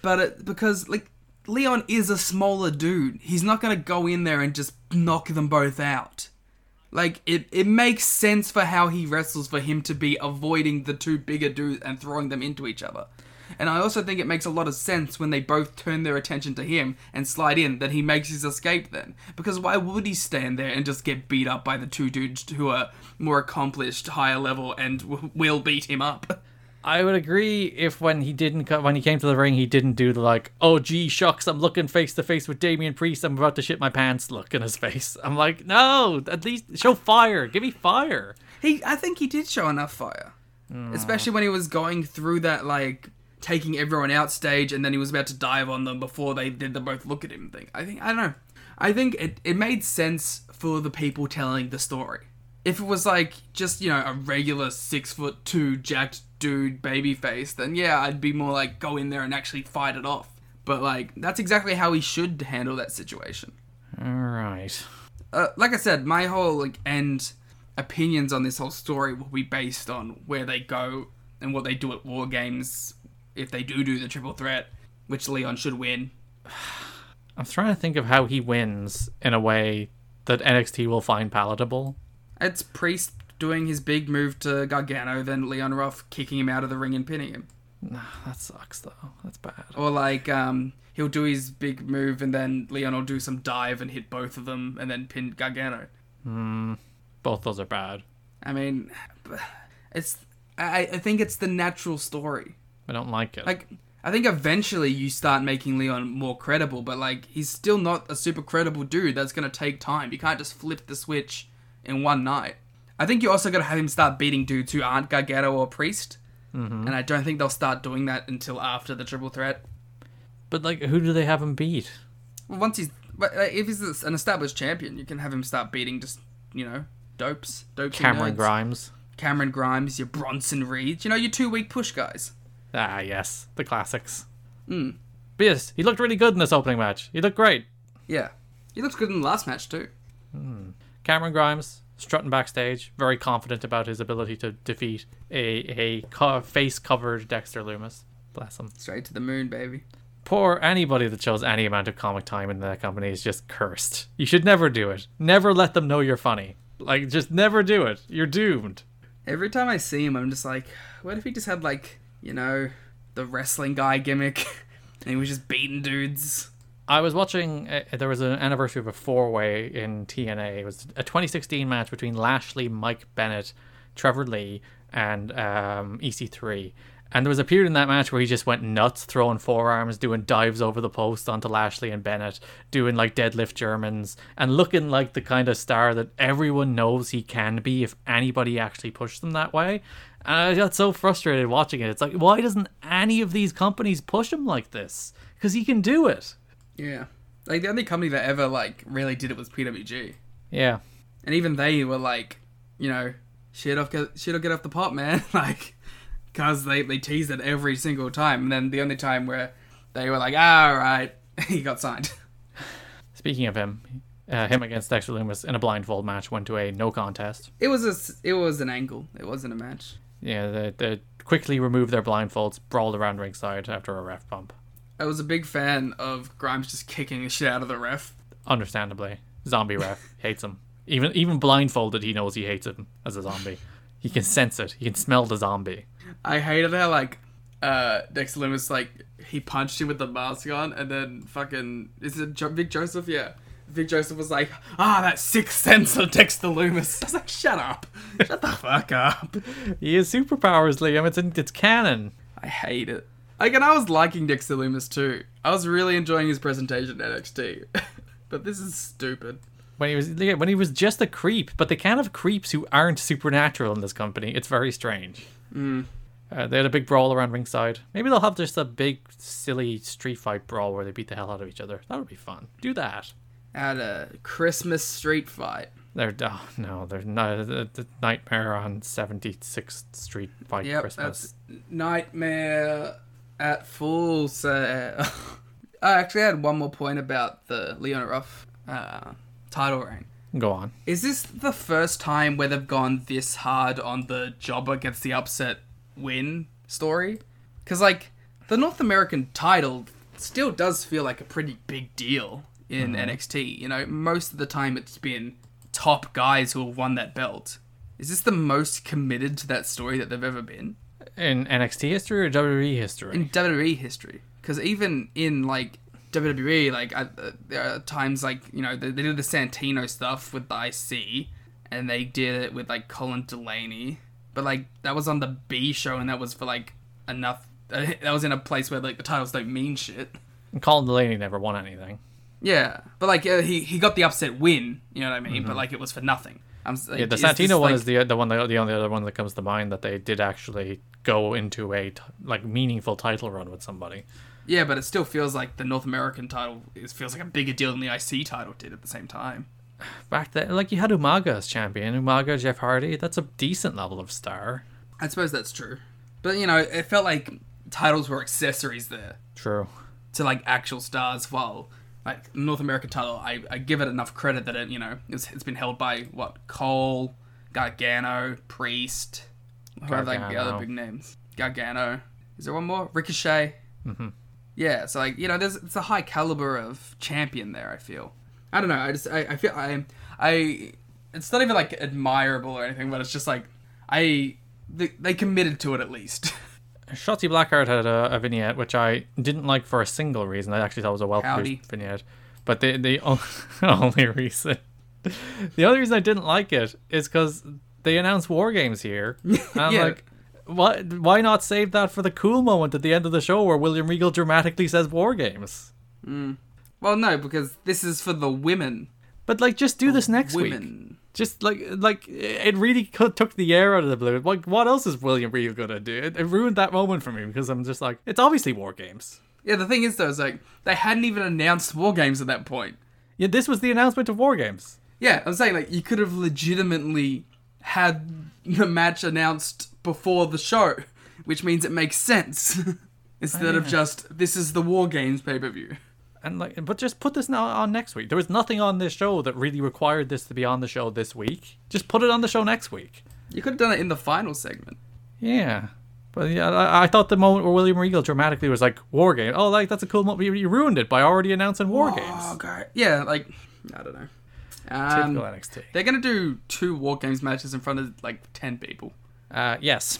but it, because like Leon is a smaller dude, he's not gonna go in there and just knock them both out. Like it, it makes sense for how he wrestles for him to be avoiding the two bigger dudes and throwing them into each other. And I also think it makes a lot of sense when they both turn their attention to him and slide in that he makes his escape then. Because why would he stand there and just get beat up by the two dudes who are more accomplished, higher level, and w- will beat him up? I would agree if when he didn't co- when he came to the ring he didn't do the like oh gee shucks I'm looking face to face with Damien Priest I'm about to shit my pants look in his face I'm like no at least show fire give me fire He, I think he did show enough fire, especially when he was going through that like taking everyone out stage and then he was about to dive on them before they did the both look at him thing. I think I don't know. I think it, it made sense for the people telling the story. If it was like just, you know, a regular six foot two jacked dude baby face, then yeah, I'd be more like go in there and actually fight it off. But like that's exactly how he should handle that situation All right. uh, like I said, my whole like end opinions on this whole story will be based on where they go and what they do at war games if they do do the triple threat, which Leon should win. I'm trying to think of how he wins in a way that NXT will find palatable. It's Priest doing his big move to Gargano, then Leon Ruff kicking him out of the ring and pinning him, That sucks though. That's bad. or like um. He'll do his big move and then Leon will do some dive and hit both of them and then pin Gargano. Both those are bad. I mean, it's I, I think it's the natural story. I don't like it. like I think eventually you start making Leon more credible, but like he's still not a super credible dude. That's gonna take time. You can't just flip the switch in one night. I think you also gotta have him start beating dudes who aren't Gargano or Priest, mm-hmm. and I don't think they'll start doing that until after the triple threat. but like, who do they have him beat? Well, once he's, but uh, if he's an established champion, you can have him start beating just you know dopes, dopes, Cameron nerds. Grimes. Cameron Grimes, your Bronson Reed, you know your two week push guys. Ah, yes, the classics. Hmm. But yes, he looked really good in this opening match. He looked great. Yeah, he looks good in the last match too. Cameron Grimes strutting backstage, very confident about his ability to defeat a a co- face covered Dexter Loomis. Bless him. Straight to the moon, baby. Poor anybody that shows any amount of comic time in that company is just cursed. You should never do it. Never let them know you're funny. Like, just never do it. You're doomed. Every time I see him, I'm just like, what if he just had like, you know, the wrestling guy gimmick, and he was just beating dudes. I was watching. Uh, there was an anniversary of a four-way in TNA. It was a 2016 match between Lashley, Mike Bennett, Trevor Lee, and um, EC3. And there was a period in that match where he just went nuts, throwing forearms, doing dives over the post onto Lashley and Bennett, doing like deadlift Germans, and looking like the kind of star that everyone knows he can be if anybody actually pushed them that way. And I got so frustrated watching it. It's like, why doesn't any of these companies push him like this? Because he can do it. Yeah, like the only company that ever like really did it was PWG, Yeah. and even they were like, you know, shit off, get, shit will get off the pot, man. like, cause they they teased it every single time, and then the only time where they were like, "Ah, all right, he got signed. Speaking of him, uh, him against Dexter Loomis in a blindfold match went to a no contest. It was a s- it was an angle. It wasn't a match. Yeah, they, they quickly removed their blindfolds, brawled around ringside after a ref bump. I was a big fan of Grimes just kicking the shit out of the ref. Understandably, zombie ref hates him. Even even blindfolded, he knows he hates him as a zombie. He can sense it. He can smell the zombie. I hated how like uh Dexter Loomis like he punched him with the mask on and then fucking is it jo- Vic Joseph? Yeah. Vic Joseph was like, ah, that sixth sense of Dexter Loomis. I was like, shut up. Shut the fuck up. He has superpowers, Liam. It's in, it's canon. I hate it. Like, and I was liking Dexter Loomis too. I was really enjoying his presentation at NXT. but this is stupid. When he was yeah, when he was just a creep, but the kind of creeps who aren't supernatural in this company, it's very strange. Mm. Uh, they had a big brawl around ringside. Maybe they'll have just a big, silly street fight brawl where they beat the hell out of each other. That would be fun. Do that. At a Christmas street fight. They're oh no, they're not the, the nightmare on Seventy Sixth Street fight Yep, Christmas. that's Nightmare at Full Sail. I actually had one more point about the Leona Ruff uh, title reign. Go on. Is this the first time where they've gone this hard on the jobber gets the upset win story? Because, like, the North American title still does feel like a pretty big deal in NXT. You know, most of the time it's been top guys who have won that belt. Is this the most committed to that story that they've ever been? In NXT history or WWE history? in WWE history. Because even in like WWE, like I, uh, there are times like you know they, they did the Santino stuff with the IC, and they did it with like Colin Delaney, but like that was on the B show, and that was for like enough. That was in a place where like the titles don't mean shit. And Colin Delaney never won anything. Yeah, but like uh, he he got the upset win, you know what I mean? But like it was for nothing. I'm s- Mm-hmm. like, Yeah, the is this, Santino one like- is the the one that, the only other one that comes to mind that they did actually go into a t- like meaningful title run with somebody. Yeah, but it still feels like the North American title is feels like a bigger deal than the IC title did at the same time. Back then, like you had Umaga as champion, Umaga Jeff Hardy. That's a decent level of star. I suppose that's true. But you know, it felt like titles were accessories there True. to like actual stars. While like North American title, I, I give it enough credit that it you know it's, it's been held by what Cole, Gargano, Priest, whoever like the Gargano. other big names. Gargano. Is there one more? Ricochet. Mm-hmm. Yeah. So like you know, there's it's a high caliber of champion there. I feel. I don't know. I just I, I feel I I it's not even like admirable or anything, but it's just like I they, they committed to it at least. Shotzi Blackheart had a, a vignette which I didn't like for a single reason. I actually thought it was a well Howdy. produced vignette, but the the o- only reason, the only reason I didn't like it is because they announced war games here. And I'm Yeah. like, what? Why not save that for the cool moment at the end of the show where William Regal dramatically says war games? well, no, because this is for the women. But like, just do this next week. Oh, women. Just like like it really co- took the air out of the blue. Like, what else is William Regal gonna do? It, it ruined that moment for me because I'm just like, it's obviously war games. Yeah, the thing is though, is like they hadn't even announced war games at that point. Yeah, this was the announcement of War Games. Yeah, I'm saying like you could have legitimately had the match announced before the show, which means it makes sense instead of just this is the war games pay per view. And like, but just put this now on next week. There was nothing on this show that really required this to be on the show this week. Just put it on the show next week. You could have done it in the final segment. Yeah. But yeah, I, I thought the moment where William Regal dramatically was like War Game. Oh, like that's a cool moment. You- You ruined it by already announcing War Oh Games. god, yeah, like I don't know. Typical Um, NXT. they're gonna do two war games matches in front of like ten people. Uh, yes.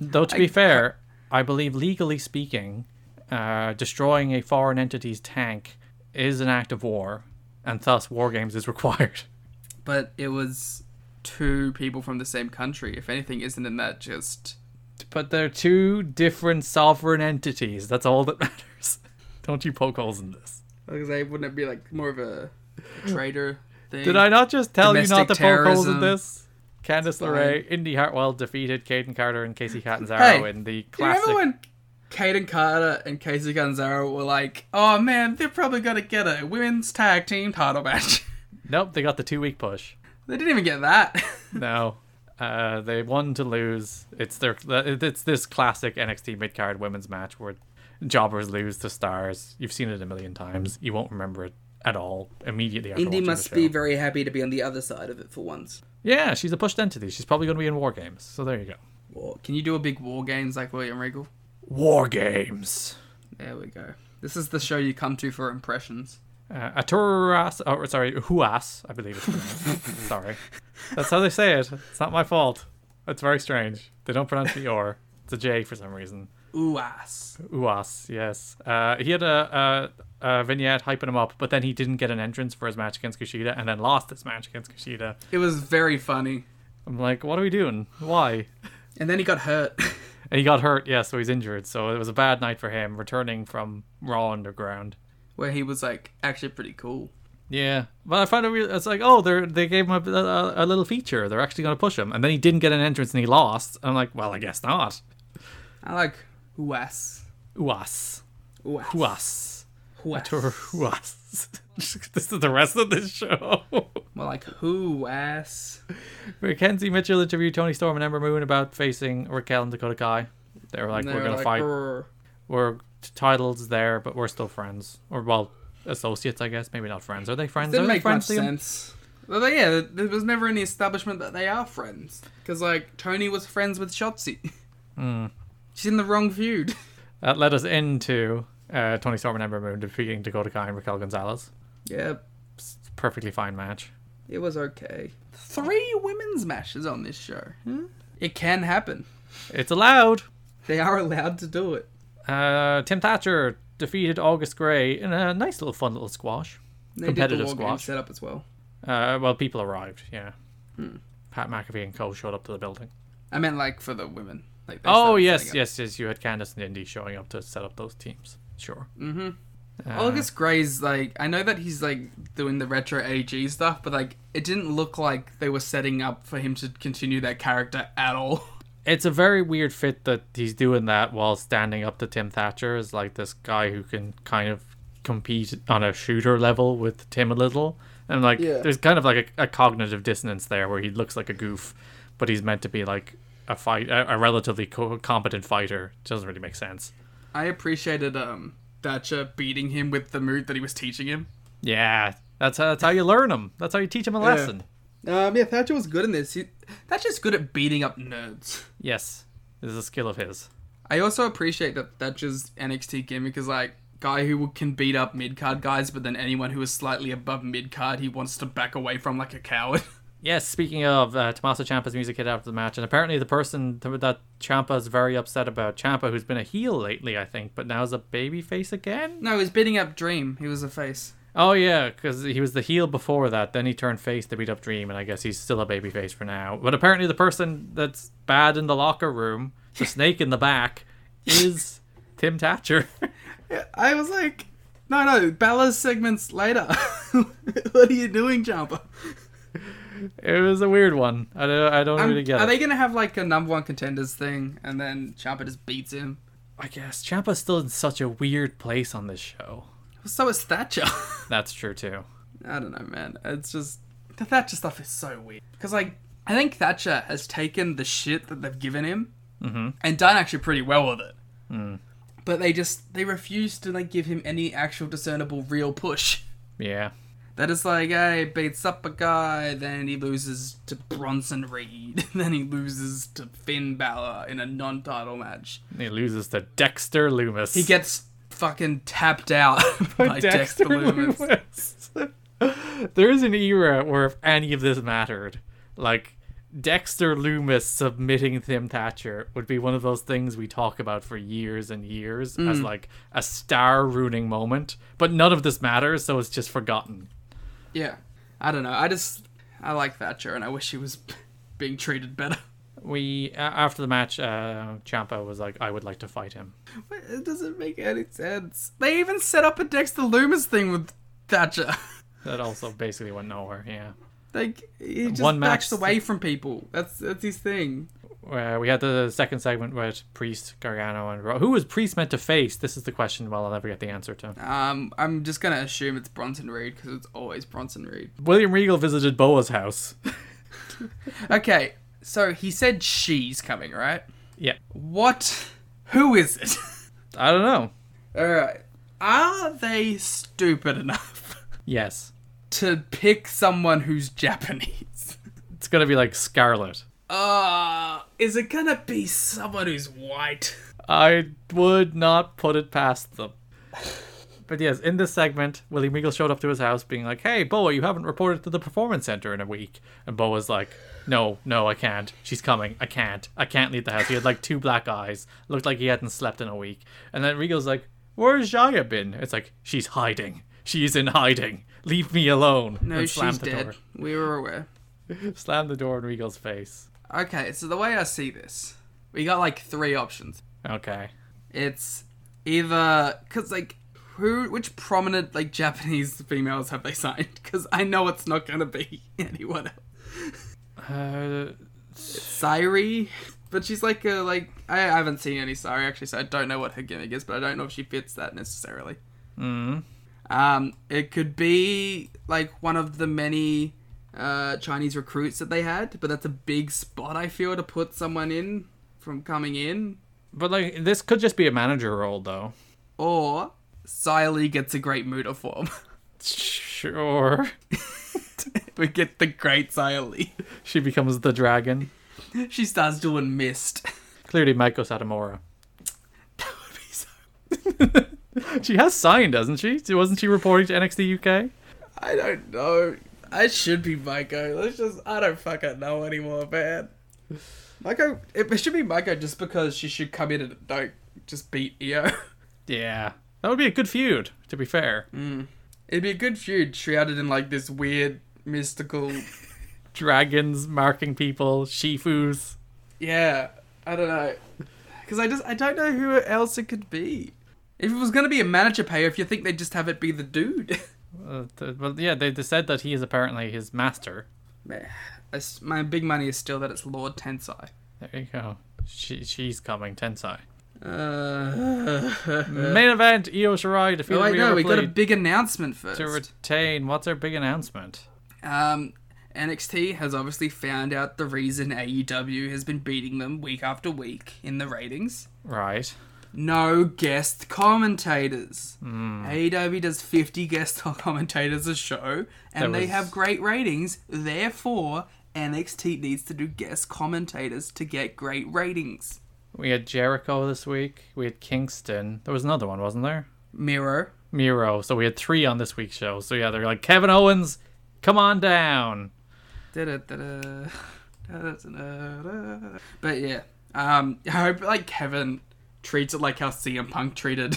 Though to be fair, I believe legally speaking, uh, destroying a foreign entity's tank is an act of war, and thus War Games is required. but it was two people from the same country. If anything, isn't in that just But they're two different sovereign entities. That's all that matters. Don't you poke holes in this. because I wouldn't it be like more of a traitor thing? Did I not just tell you not to Domestic poke holes in terrorism. this? Candice fine. LeRae, Indy Hartwell defeated Caden Carter and Casey Catanzaro Hey, in the Do you remember classic. when Caden Carter and Casey Gonzaro were like, "Oh man, they're probably gonna get a women's tag team title match." Nope, they got the two week push. they didn't even get that. No. Uh, they won to lose. It's their. It's this classic NXT mid card women's match where jobbers lose to stars. You've seen it a million times. You won't remember it at all immediately. After watching the show. very happy to be on the other side of it for once. Yeah, she's a pushed entity. She's probably going to be in War Games. So there you go. War. Can you do a big war games like William Regal? War Games. There we go. This is the show you come to for impressions. Uh, Aturas, or sorry, Huas, I believe it's pronounced. sorry. That's how they say it. It's not my fault. It's very strange. They don't pronounce the or. It's a J for some reason. Ooh ass. Uas, yes. Uh, he had a, a, a vignette hyping him up, but then he didn't get an entrance for his match against Kushida and then lost his match against Kushida. It was very funny. I'm like, what are we doing? Why? And then he got hurt. And he got hurt, yeah, so he's injured. So it was a bad night for him returning from Raw Underground. where he was like actually pretty cool. Yeah, but I find it real. It's like, oh, they are they gave him a, a, a little feature. They're actually going to push him, and then he didn't get an entrance and he lost. And I'm like, well, I guess not. I like Huas. Uas, Huas. uas, Huas. uas. this is the rest of this show. More like Huas. Mackenzie Mitchell interviewed Tony Storm and Ember Moon about facing Raquel and Dakota Kai. They were like, And they we're were going to like, fight. "Brr." We're t- titles there, but we're still friends, or well, associates, I guess. Maybe not friends. Are they friends? Didn't Are they make much friends? Liam? sense. But they- yeah, there was never any establishment that they are friends. Because like Tony was friends with Shotzi. Hmm. She's in the wrong feud. That led us into uh, Tony Storm and Ember Moon defeating Dakota Kai and Raquel Gonzalez. yeah, perfectly fine match. it was okay. Three women's matches on this show. Hmm? It can happen. It's allowed. They are allowed to do it. Uh, Tim Thatcher defeated August Gray in a nice little fun little squash. They Competitive did the war game squash. setup as well. Uh, well, people arrived. Yeah. Hmm. Pat McAfee and Co showed up to the building. I meant like for the women. Like they oh started yes, setting up. yes, yes. You had Candice and Indy showing up to set up those teams. Sure. Mm-hmm. Uh, August Gray's like I know that he's like doing the retro AG stuff, but like it didn't look like they were setting up for him to continue that character at all. It's a very weird fit that he's doing that while standing up to Tim Thatcher as like this guy who can kind of compete on a shooter level with Tim a little. And like Yeah. there's kind of like a, a cognitive dissonance there where he looks like a goof, but he's meant to be like a fight a, a relatively co- competent fighter. Doesn't really make sense. I appreciated um Thatcher beating him with the mood that he was teaching him. Yeah, that's how, that's how you learn him. That's how you teach him a lesson. Um, yeah, Thatcher was good in this. He, Thatcher's good at beating up nerds. Yes, this is a skill of his. I also appreciate that Thatcher's NXT gimmick is like guy who can beat up mid card guys, but then anyone who is slightly above mid card, he wants to back away from like a coward. Yes, speaking of uh, Tommaso Ciampa's music hit after the match, and apparently the person th- that Ciampa is very upset about, Ciampa, who's been a heel lately, I think, but now is a babyface again? no, he was beating up Dream. He was a face. Oh, yeah, because he was the heel before that, then he turned face to beat up Dream, and I guess he's still a babyface for now. But apparently the person that's bad in the locker room, the snake in the back, is Tim Thatcher. I was like, no, no, Bella's segments later. what are you doing, Jumper? it was a weird one. I don't, I don't really get Um, are it. they gonna have like a number one contenders thing, and then Champa just beats him? I guess Ciampa's still in such a weird place on this show. So is Thatcher. That's true too. I don't know, man. It's just the Thatcher stuff is so weird because like I think Thatcher has taken the shit that they've given him and done actually pretty well with it. But they just they refuse to like give him any actual discernible real push. Yeah. That is like, hey, beats up a guy, then he loses to Bronson Reed, then he loses to Finn Balor in a non-title match. He loses to Dexter Loomis. He gets fucking tapped out by Dexter, Loomis. Loomis. there is an era where if any of this mattered, like Dexter Loomis submitting Tim Thatcher would be one of those things we talk about for years and years as Mm. like a star ruining moment. But none of this matters, so it's just forgotten. Yeah, I don't know. I just I like Thatcher, and I wish he was being treated better. We a- after the match, uh, Champa was like, "I would like to fight him." But it doesn't make any sense. They even set up a Dexter Loomis thing with Thatcher. That also basically went nowhere. Yeah. Like he just One match backs away from people. That's that's his thing. where we had the second segment with Priest, Gargano, and Ro- who was Priest meant to face? This is the question. Well, I'll never get the answer to. Um, I'm just gonna assume it's Bronson Reed because it's always Bronson Reed. William Regal visited Boa's house. Okay, so he said she's coming, right? yeah, What? Who is it? I don't know. All right. Are they stupid enough Yes, to pick someone who's Japanese? it's gonna be like Scarlet. Uh, is it gonna be someone who's white? I would not put it past them. But yes, in this segment, William Regal showed up to his house being like, Hey, Boa, you haven't reported to the performance center in a week. And Boa's like, No, no, I can't. She's coming. I can't. I can't leave the house. He had like two black eyes. Looked like he hadn't slept in a week. And then Regal's like, Where's Jaya been? It's like, She's hiding. She's in hiding. Leave me alone. No, and slammed she's the dead. We were aware. door. Slammed the door in Regal's face. Okay, so the way I see this, we got like three options. Okay. It's either because like who, which prominent like Japanese females have they signed? Because I know it's not gonna be anyone else. Uh, Sairi, but she's like a like I haven't seen any Sairi actually, so I don't know what her gimmick is, but I don't know if she fits that necessarily. Mm. Um, it could be like one of the many uh, Chinese recruits that they had, but that's a big spot I feel to put someone in from coming in. but like, this could just be a manager role, though. Or Siley gets a great Muda form. Sure. we get the great Siley. She becomes the dragon. She starts doing mist. Clearly, Maiko Satomura. that would be so. She has signed, doesn't she? Wasn't she reporting to NXT UK? I don't know. I should be Maiko. Let's just. I don't fucking know anymore, man. Maiko. It, it should be Maiko just because she should come in and like just beat Io. Yeah. That would be a good feud, to be fair. It'd be a good feud shrouded in like this weird mystical. Dragons marking people, Shifus. yeah, I don't know. Because I just I don't know who else it could be. If it was gonna be a manager payoff, you think they'd just have it be the dude. Uh, th- well, yeah, they, they said that he is apparently his master. Meh. It's- My big money is still that it's Lord Tensai. There you go. She, she's coming, Tensai. Uh, Main event: Io Shirai defeated oh, I Rhea know. We got a Ripley big announcement first. to retain. What's her big announcement? Um, NXT has obviously found out the reason AEW has been beating them week after week in the ratings. Right. No guest commentators. Hmm. AEW does 50 guest commentators a show, and That they was- have great ratings. Therefore, NXT needs to do guest commentators to get great ratings. We had Jericho this week. We had Kingston. There was another one, wasn't there? Miro. Miro. So we had three on this week's show. So yeah, they're like Kevin Owens, come on down. Da-da-da-da. Da-da-da-da. But yeah, um, I hope like Kevin treats it like how CM Punk treated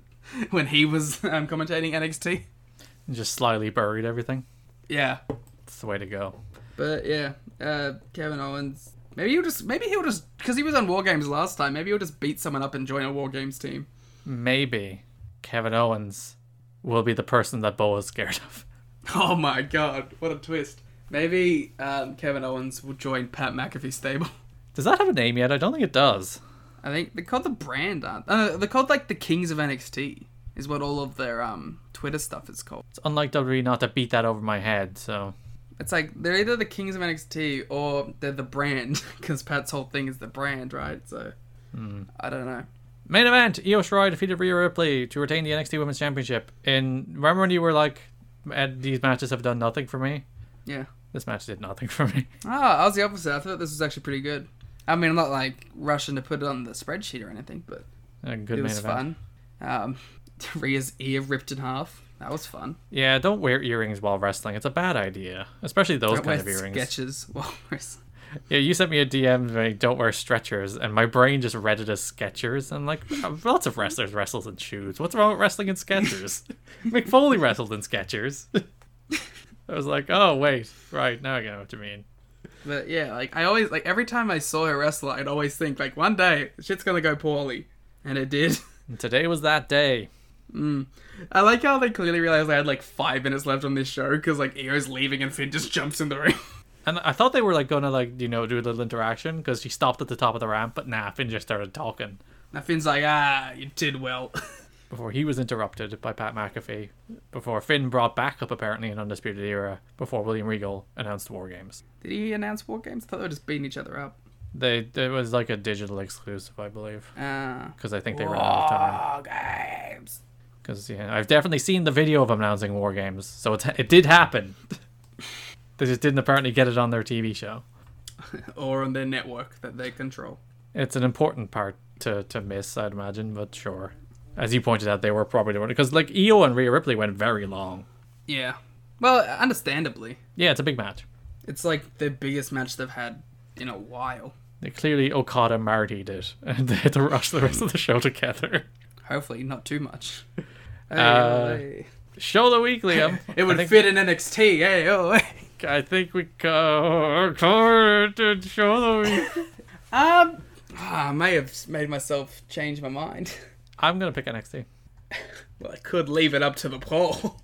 when he was um, commentating NXT. And just slyly buried everything. Yeah, That's the way to go. but yeah, uh, Kevin Owens. Maybe he'll just maybe he'll just because he was on War Games last time. Maybe he'll just beat someone up and join a War Games team. Maybe Kevin Owens will be the person that Bo is scared of. Oh my god, what a twist! Maybe um, Kevin Owens will join Pat McAfee's stable. Does that have a name yet? I don't think it does. I think they're called the brand, aren't they? Uh, they're called like the Kings of NXT, is what all of their um Twitter stuff is called. It's unlike WWE not to beat that over my head. So It's like they're either the Kings of NXT or they're the brand, because Pat's whole thing is the brand, right? So Hmm. I don't know. main event: Io Shirai defeated Rhea Ripley to retain the NXT Women's Championship. And remember when you were like, "Ed, "These matches have done nothing for me." Yeah. This match did nothing for me. Ah, I was the opposite. I thought this was actually pretty good. I mean, I'm not like rushing to put it on the spreadsheet or anything, but A good main it was event. fun. Um, Rhea's ear ripped in half. That was fun. Yeah, don't wear earrings while wrestling. It's a bad idea, especially those Don't wear kind of earrings. sketches. Well, Yeah, you sent me a DM saying don't wear stretchers, and my brain just read it as Skechers. I'm like, lots of wrestlers wrestles in shoes. What's wrong with wrestling in Skechers? Mick Foley wrestled in Skechers. I was like, oh wait, right now I get what you mean. But yeah, like I always like every time I saw her wrestle, I'd always think like one day shit's gonna go poorly, and it did. And today was that day. I like how they clearly realized they had like five minutes left on this show because like Io's leaving and Finn just jumps in the ring. And I thought they were like gonna like you know do a little interaction because she stopped at the top of the ramp, but nah, Finn just started talking Now Finn's like, ah, you did well. before he was interrupted by Pat McAfee. Before Finn brought back up apparently in Undisputed Era before William Regal announced War Games. did he announce war games? I thought they were just beating each other up. They it was like a digital exclusive, I believe, Ah, because I think they ran out of time. war games. Because yeah, I've definitely seen the video of announcing War Games, so it it did happen. they just didn't apparently get it on their TV show. Or on their network that they control. It's an important part to to miss, I'd imagine, but sure. As you pointed out, they were probably doing it because like Io and Rhea Ripley went very long. Yeah. Well, understandably, Yeah, it's a big match. it's like the biggest match they've had in a while. They clearly Okada married it, and they had to rush the rest of the show together. Hopefully, not too much. Hey, Uh, hey. Show the week, Liam. It would I think- fit in NXT. Hey, oh, hey. I think we go cover to show the week. Um, ah, I may have made myself change my mind. I'm gonna pick NXT. Well, I could leave it up to the poll.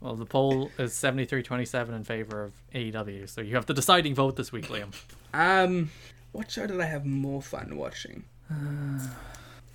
Well, the poll is 73-27 in favor of AEW, so you have the deciding vote this week, Liam. Um, what show did I have more fun watching?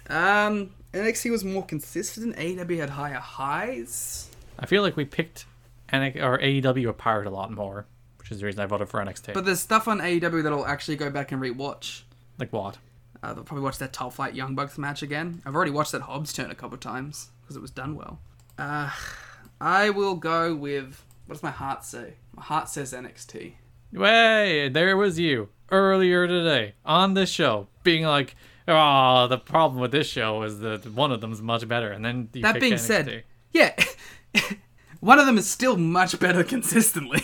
um, NXT was more consistent. AEW had higher highs. I feel like we picked NX- or AEW apart a lot more, which is the reason I voted for NXT. But there's stuff on AEW that I'll actually go back and rewatch. like what? Uh, they'll probably watch that Tall Fight Young Bucks match again. I've already watched that Hobbs turn a couple times because it was done well. Uh, I will go with what does my heart say? My heart says NXT. Way there was you earlier today on this show, being like, "Oh, the problem with this show is that one of them's much better," and then you That picked being NXT. said, yeah, one of them is still much better consistently.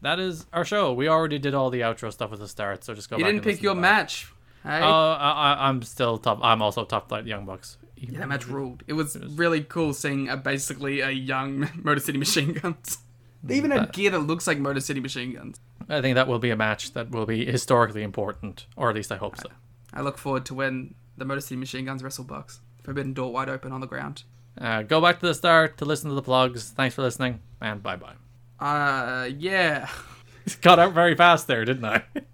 that is our show. We already did all the outro stuff at the start, so just go. you back didn't and pick listen your to that. match. Hey, Oh, I, I, I'm still top. I'm also top flight Young Bucks. yeah, that match ruled. It was really cool seeing a, basically a young Motor City Machine Guns. They even had gear that looks like Motor City Machine Guns. I think that will be a match that will be historically important, or at least I hope so. I look forward to when the Motor City Machine Guns wrestle Bucks. Forbidden door wide open on the ground. Uh, go back to the start to listen to the plugs. Thanks for listening, and bye bye. Uh, yeah. Got out very fast there, didn't I?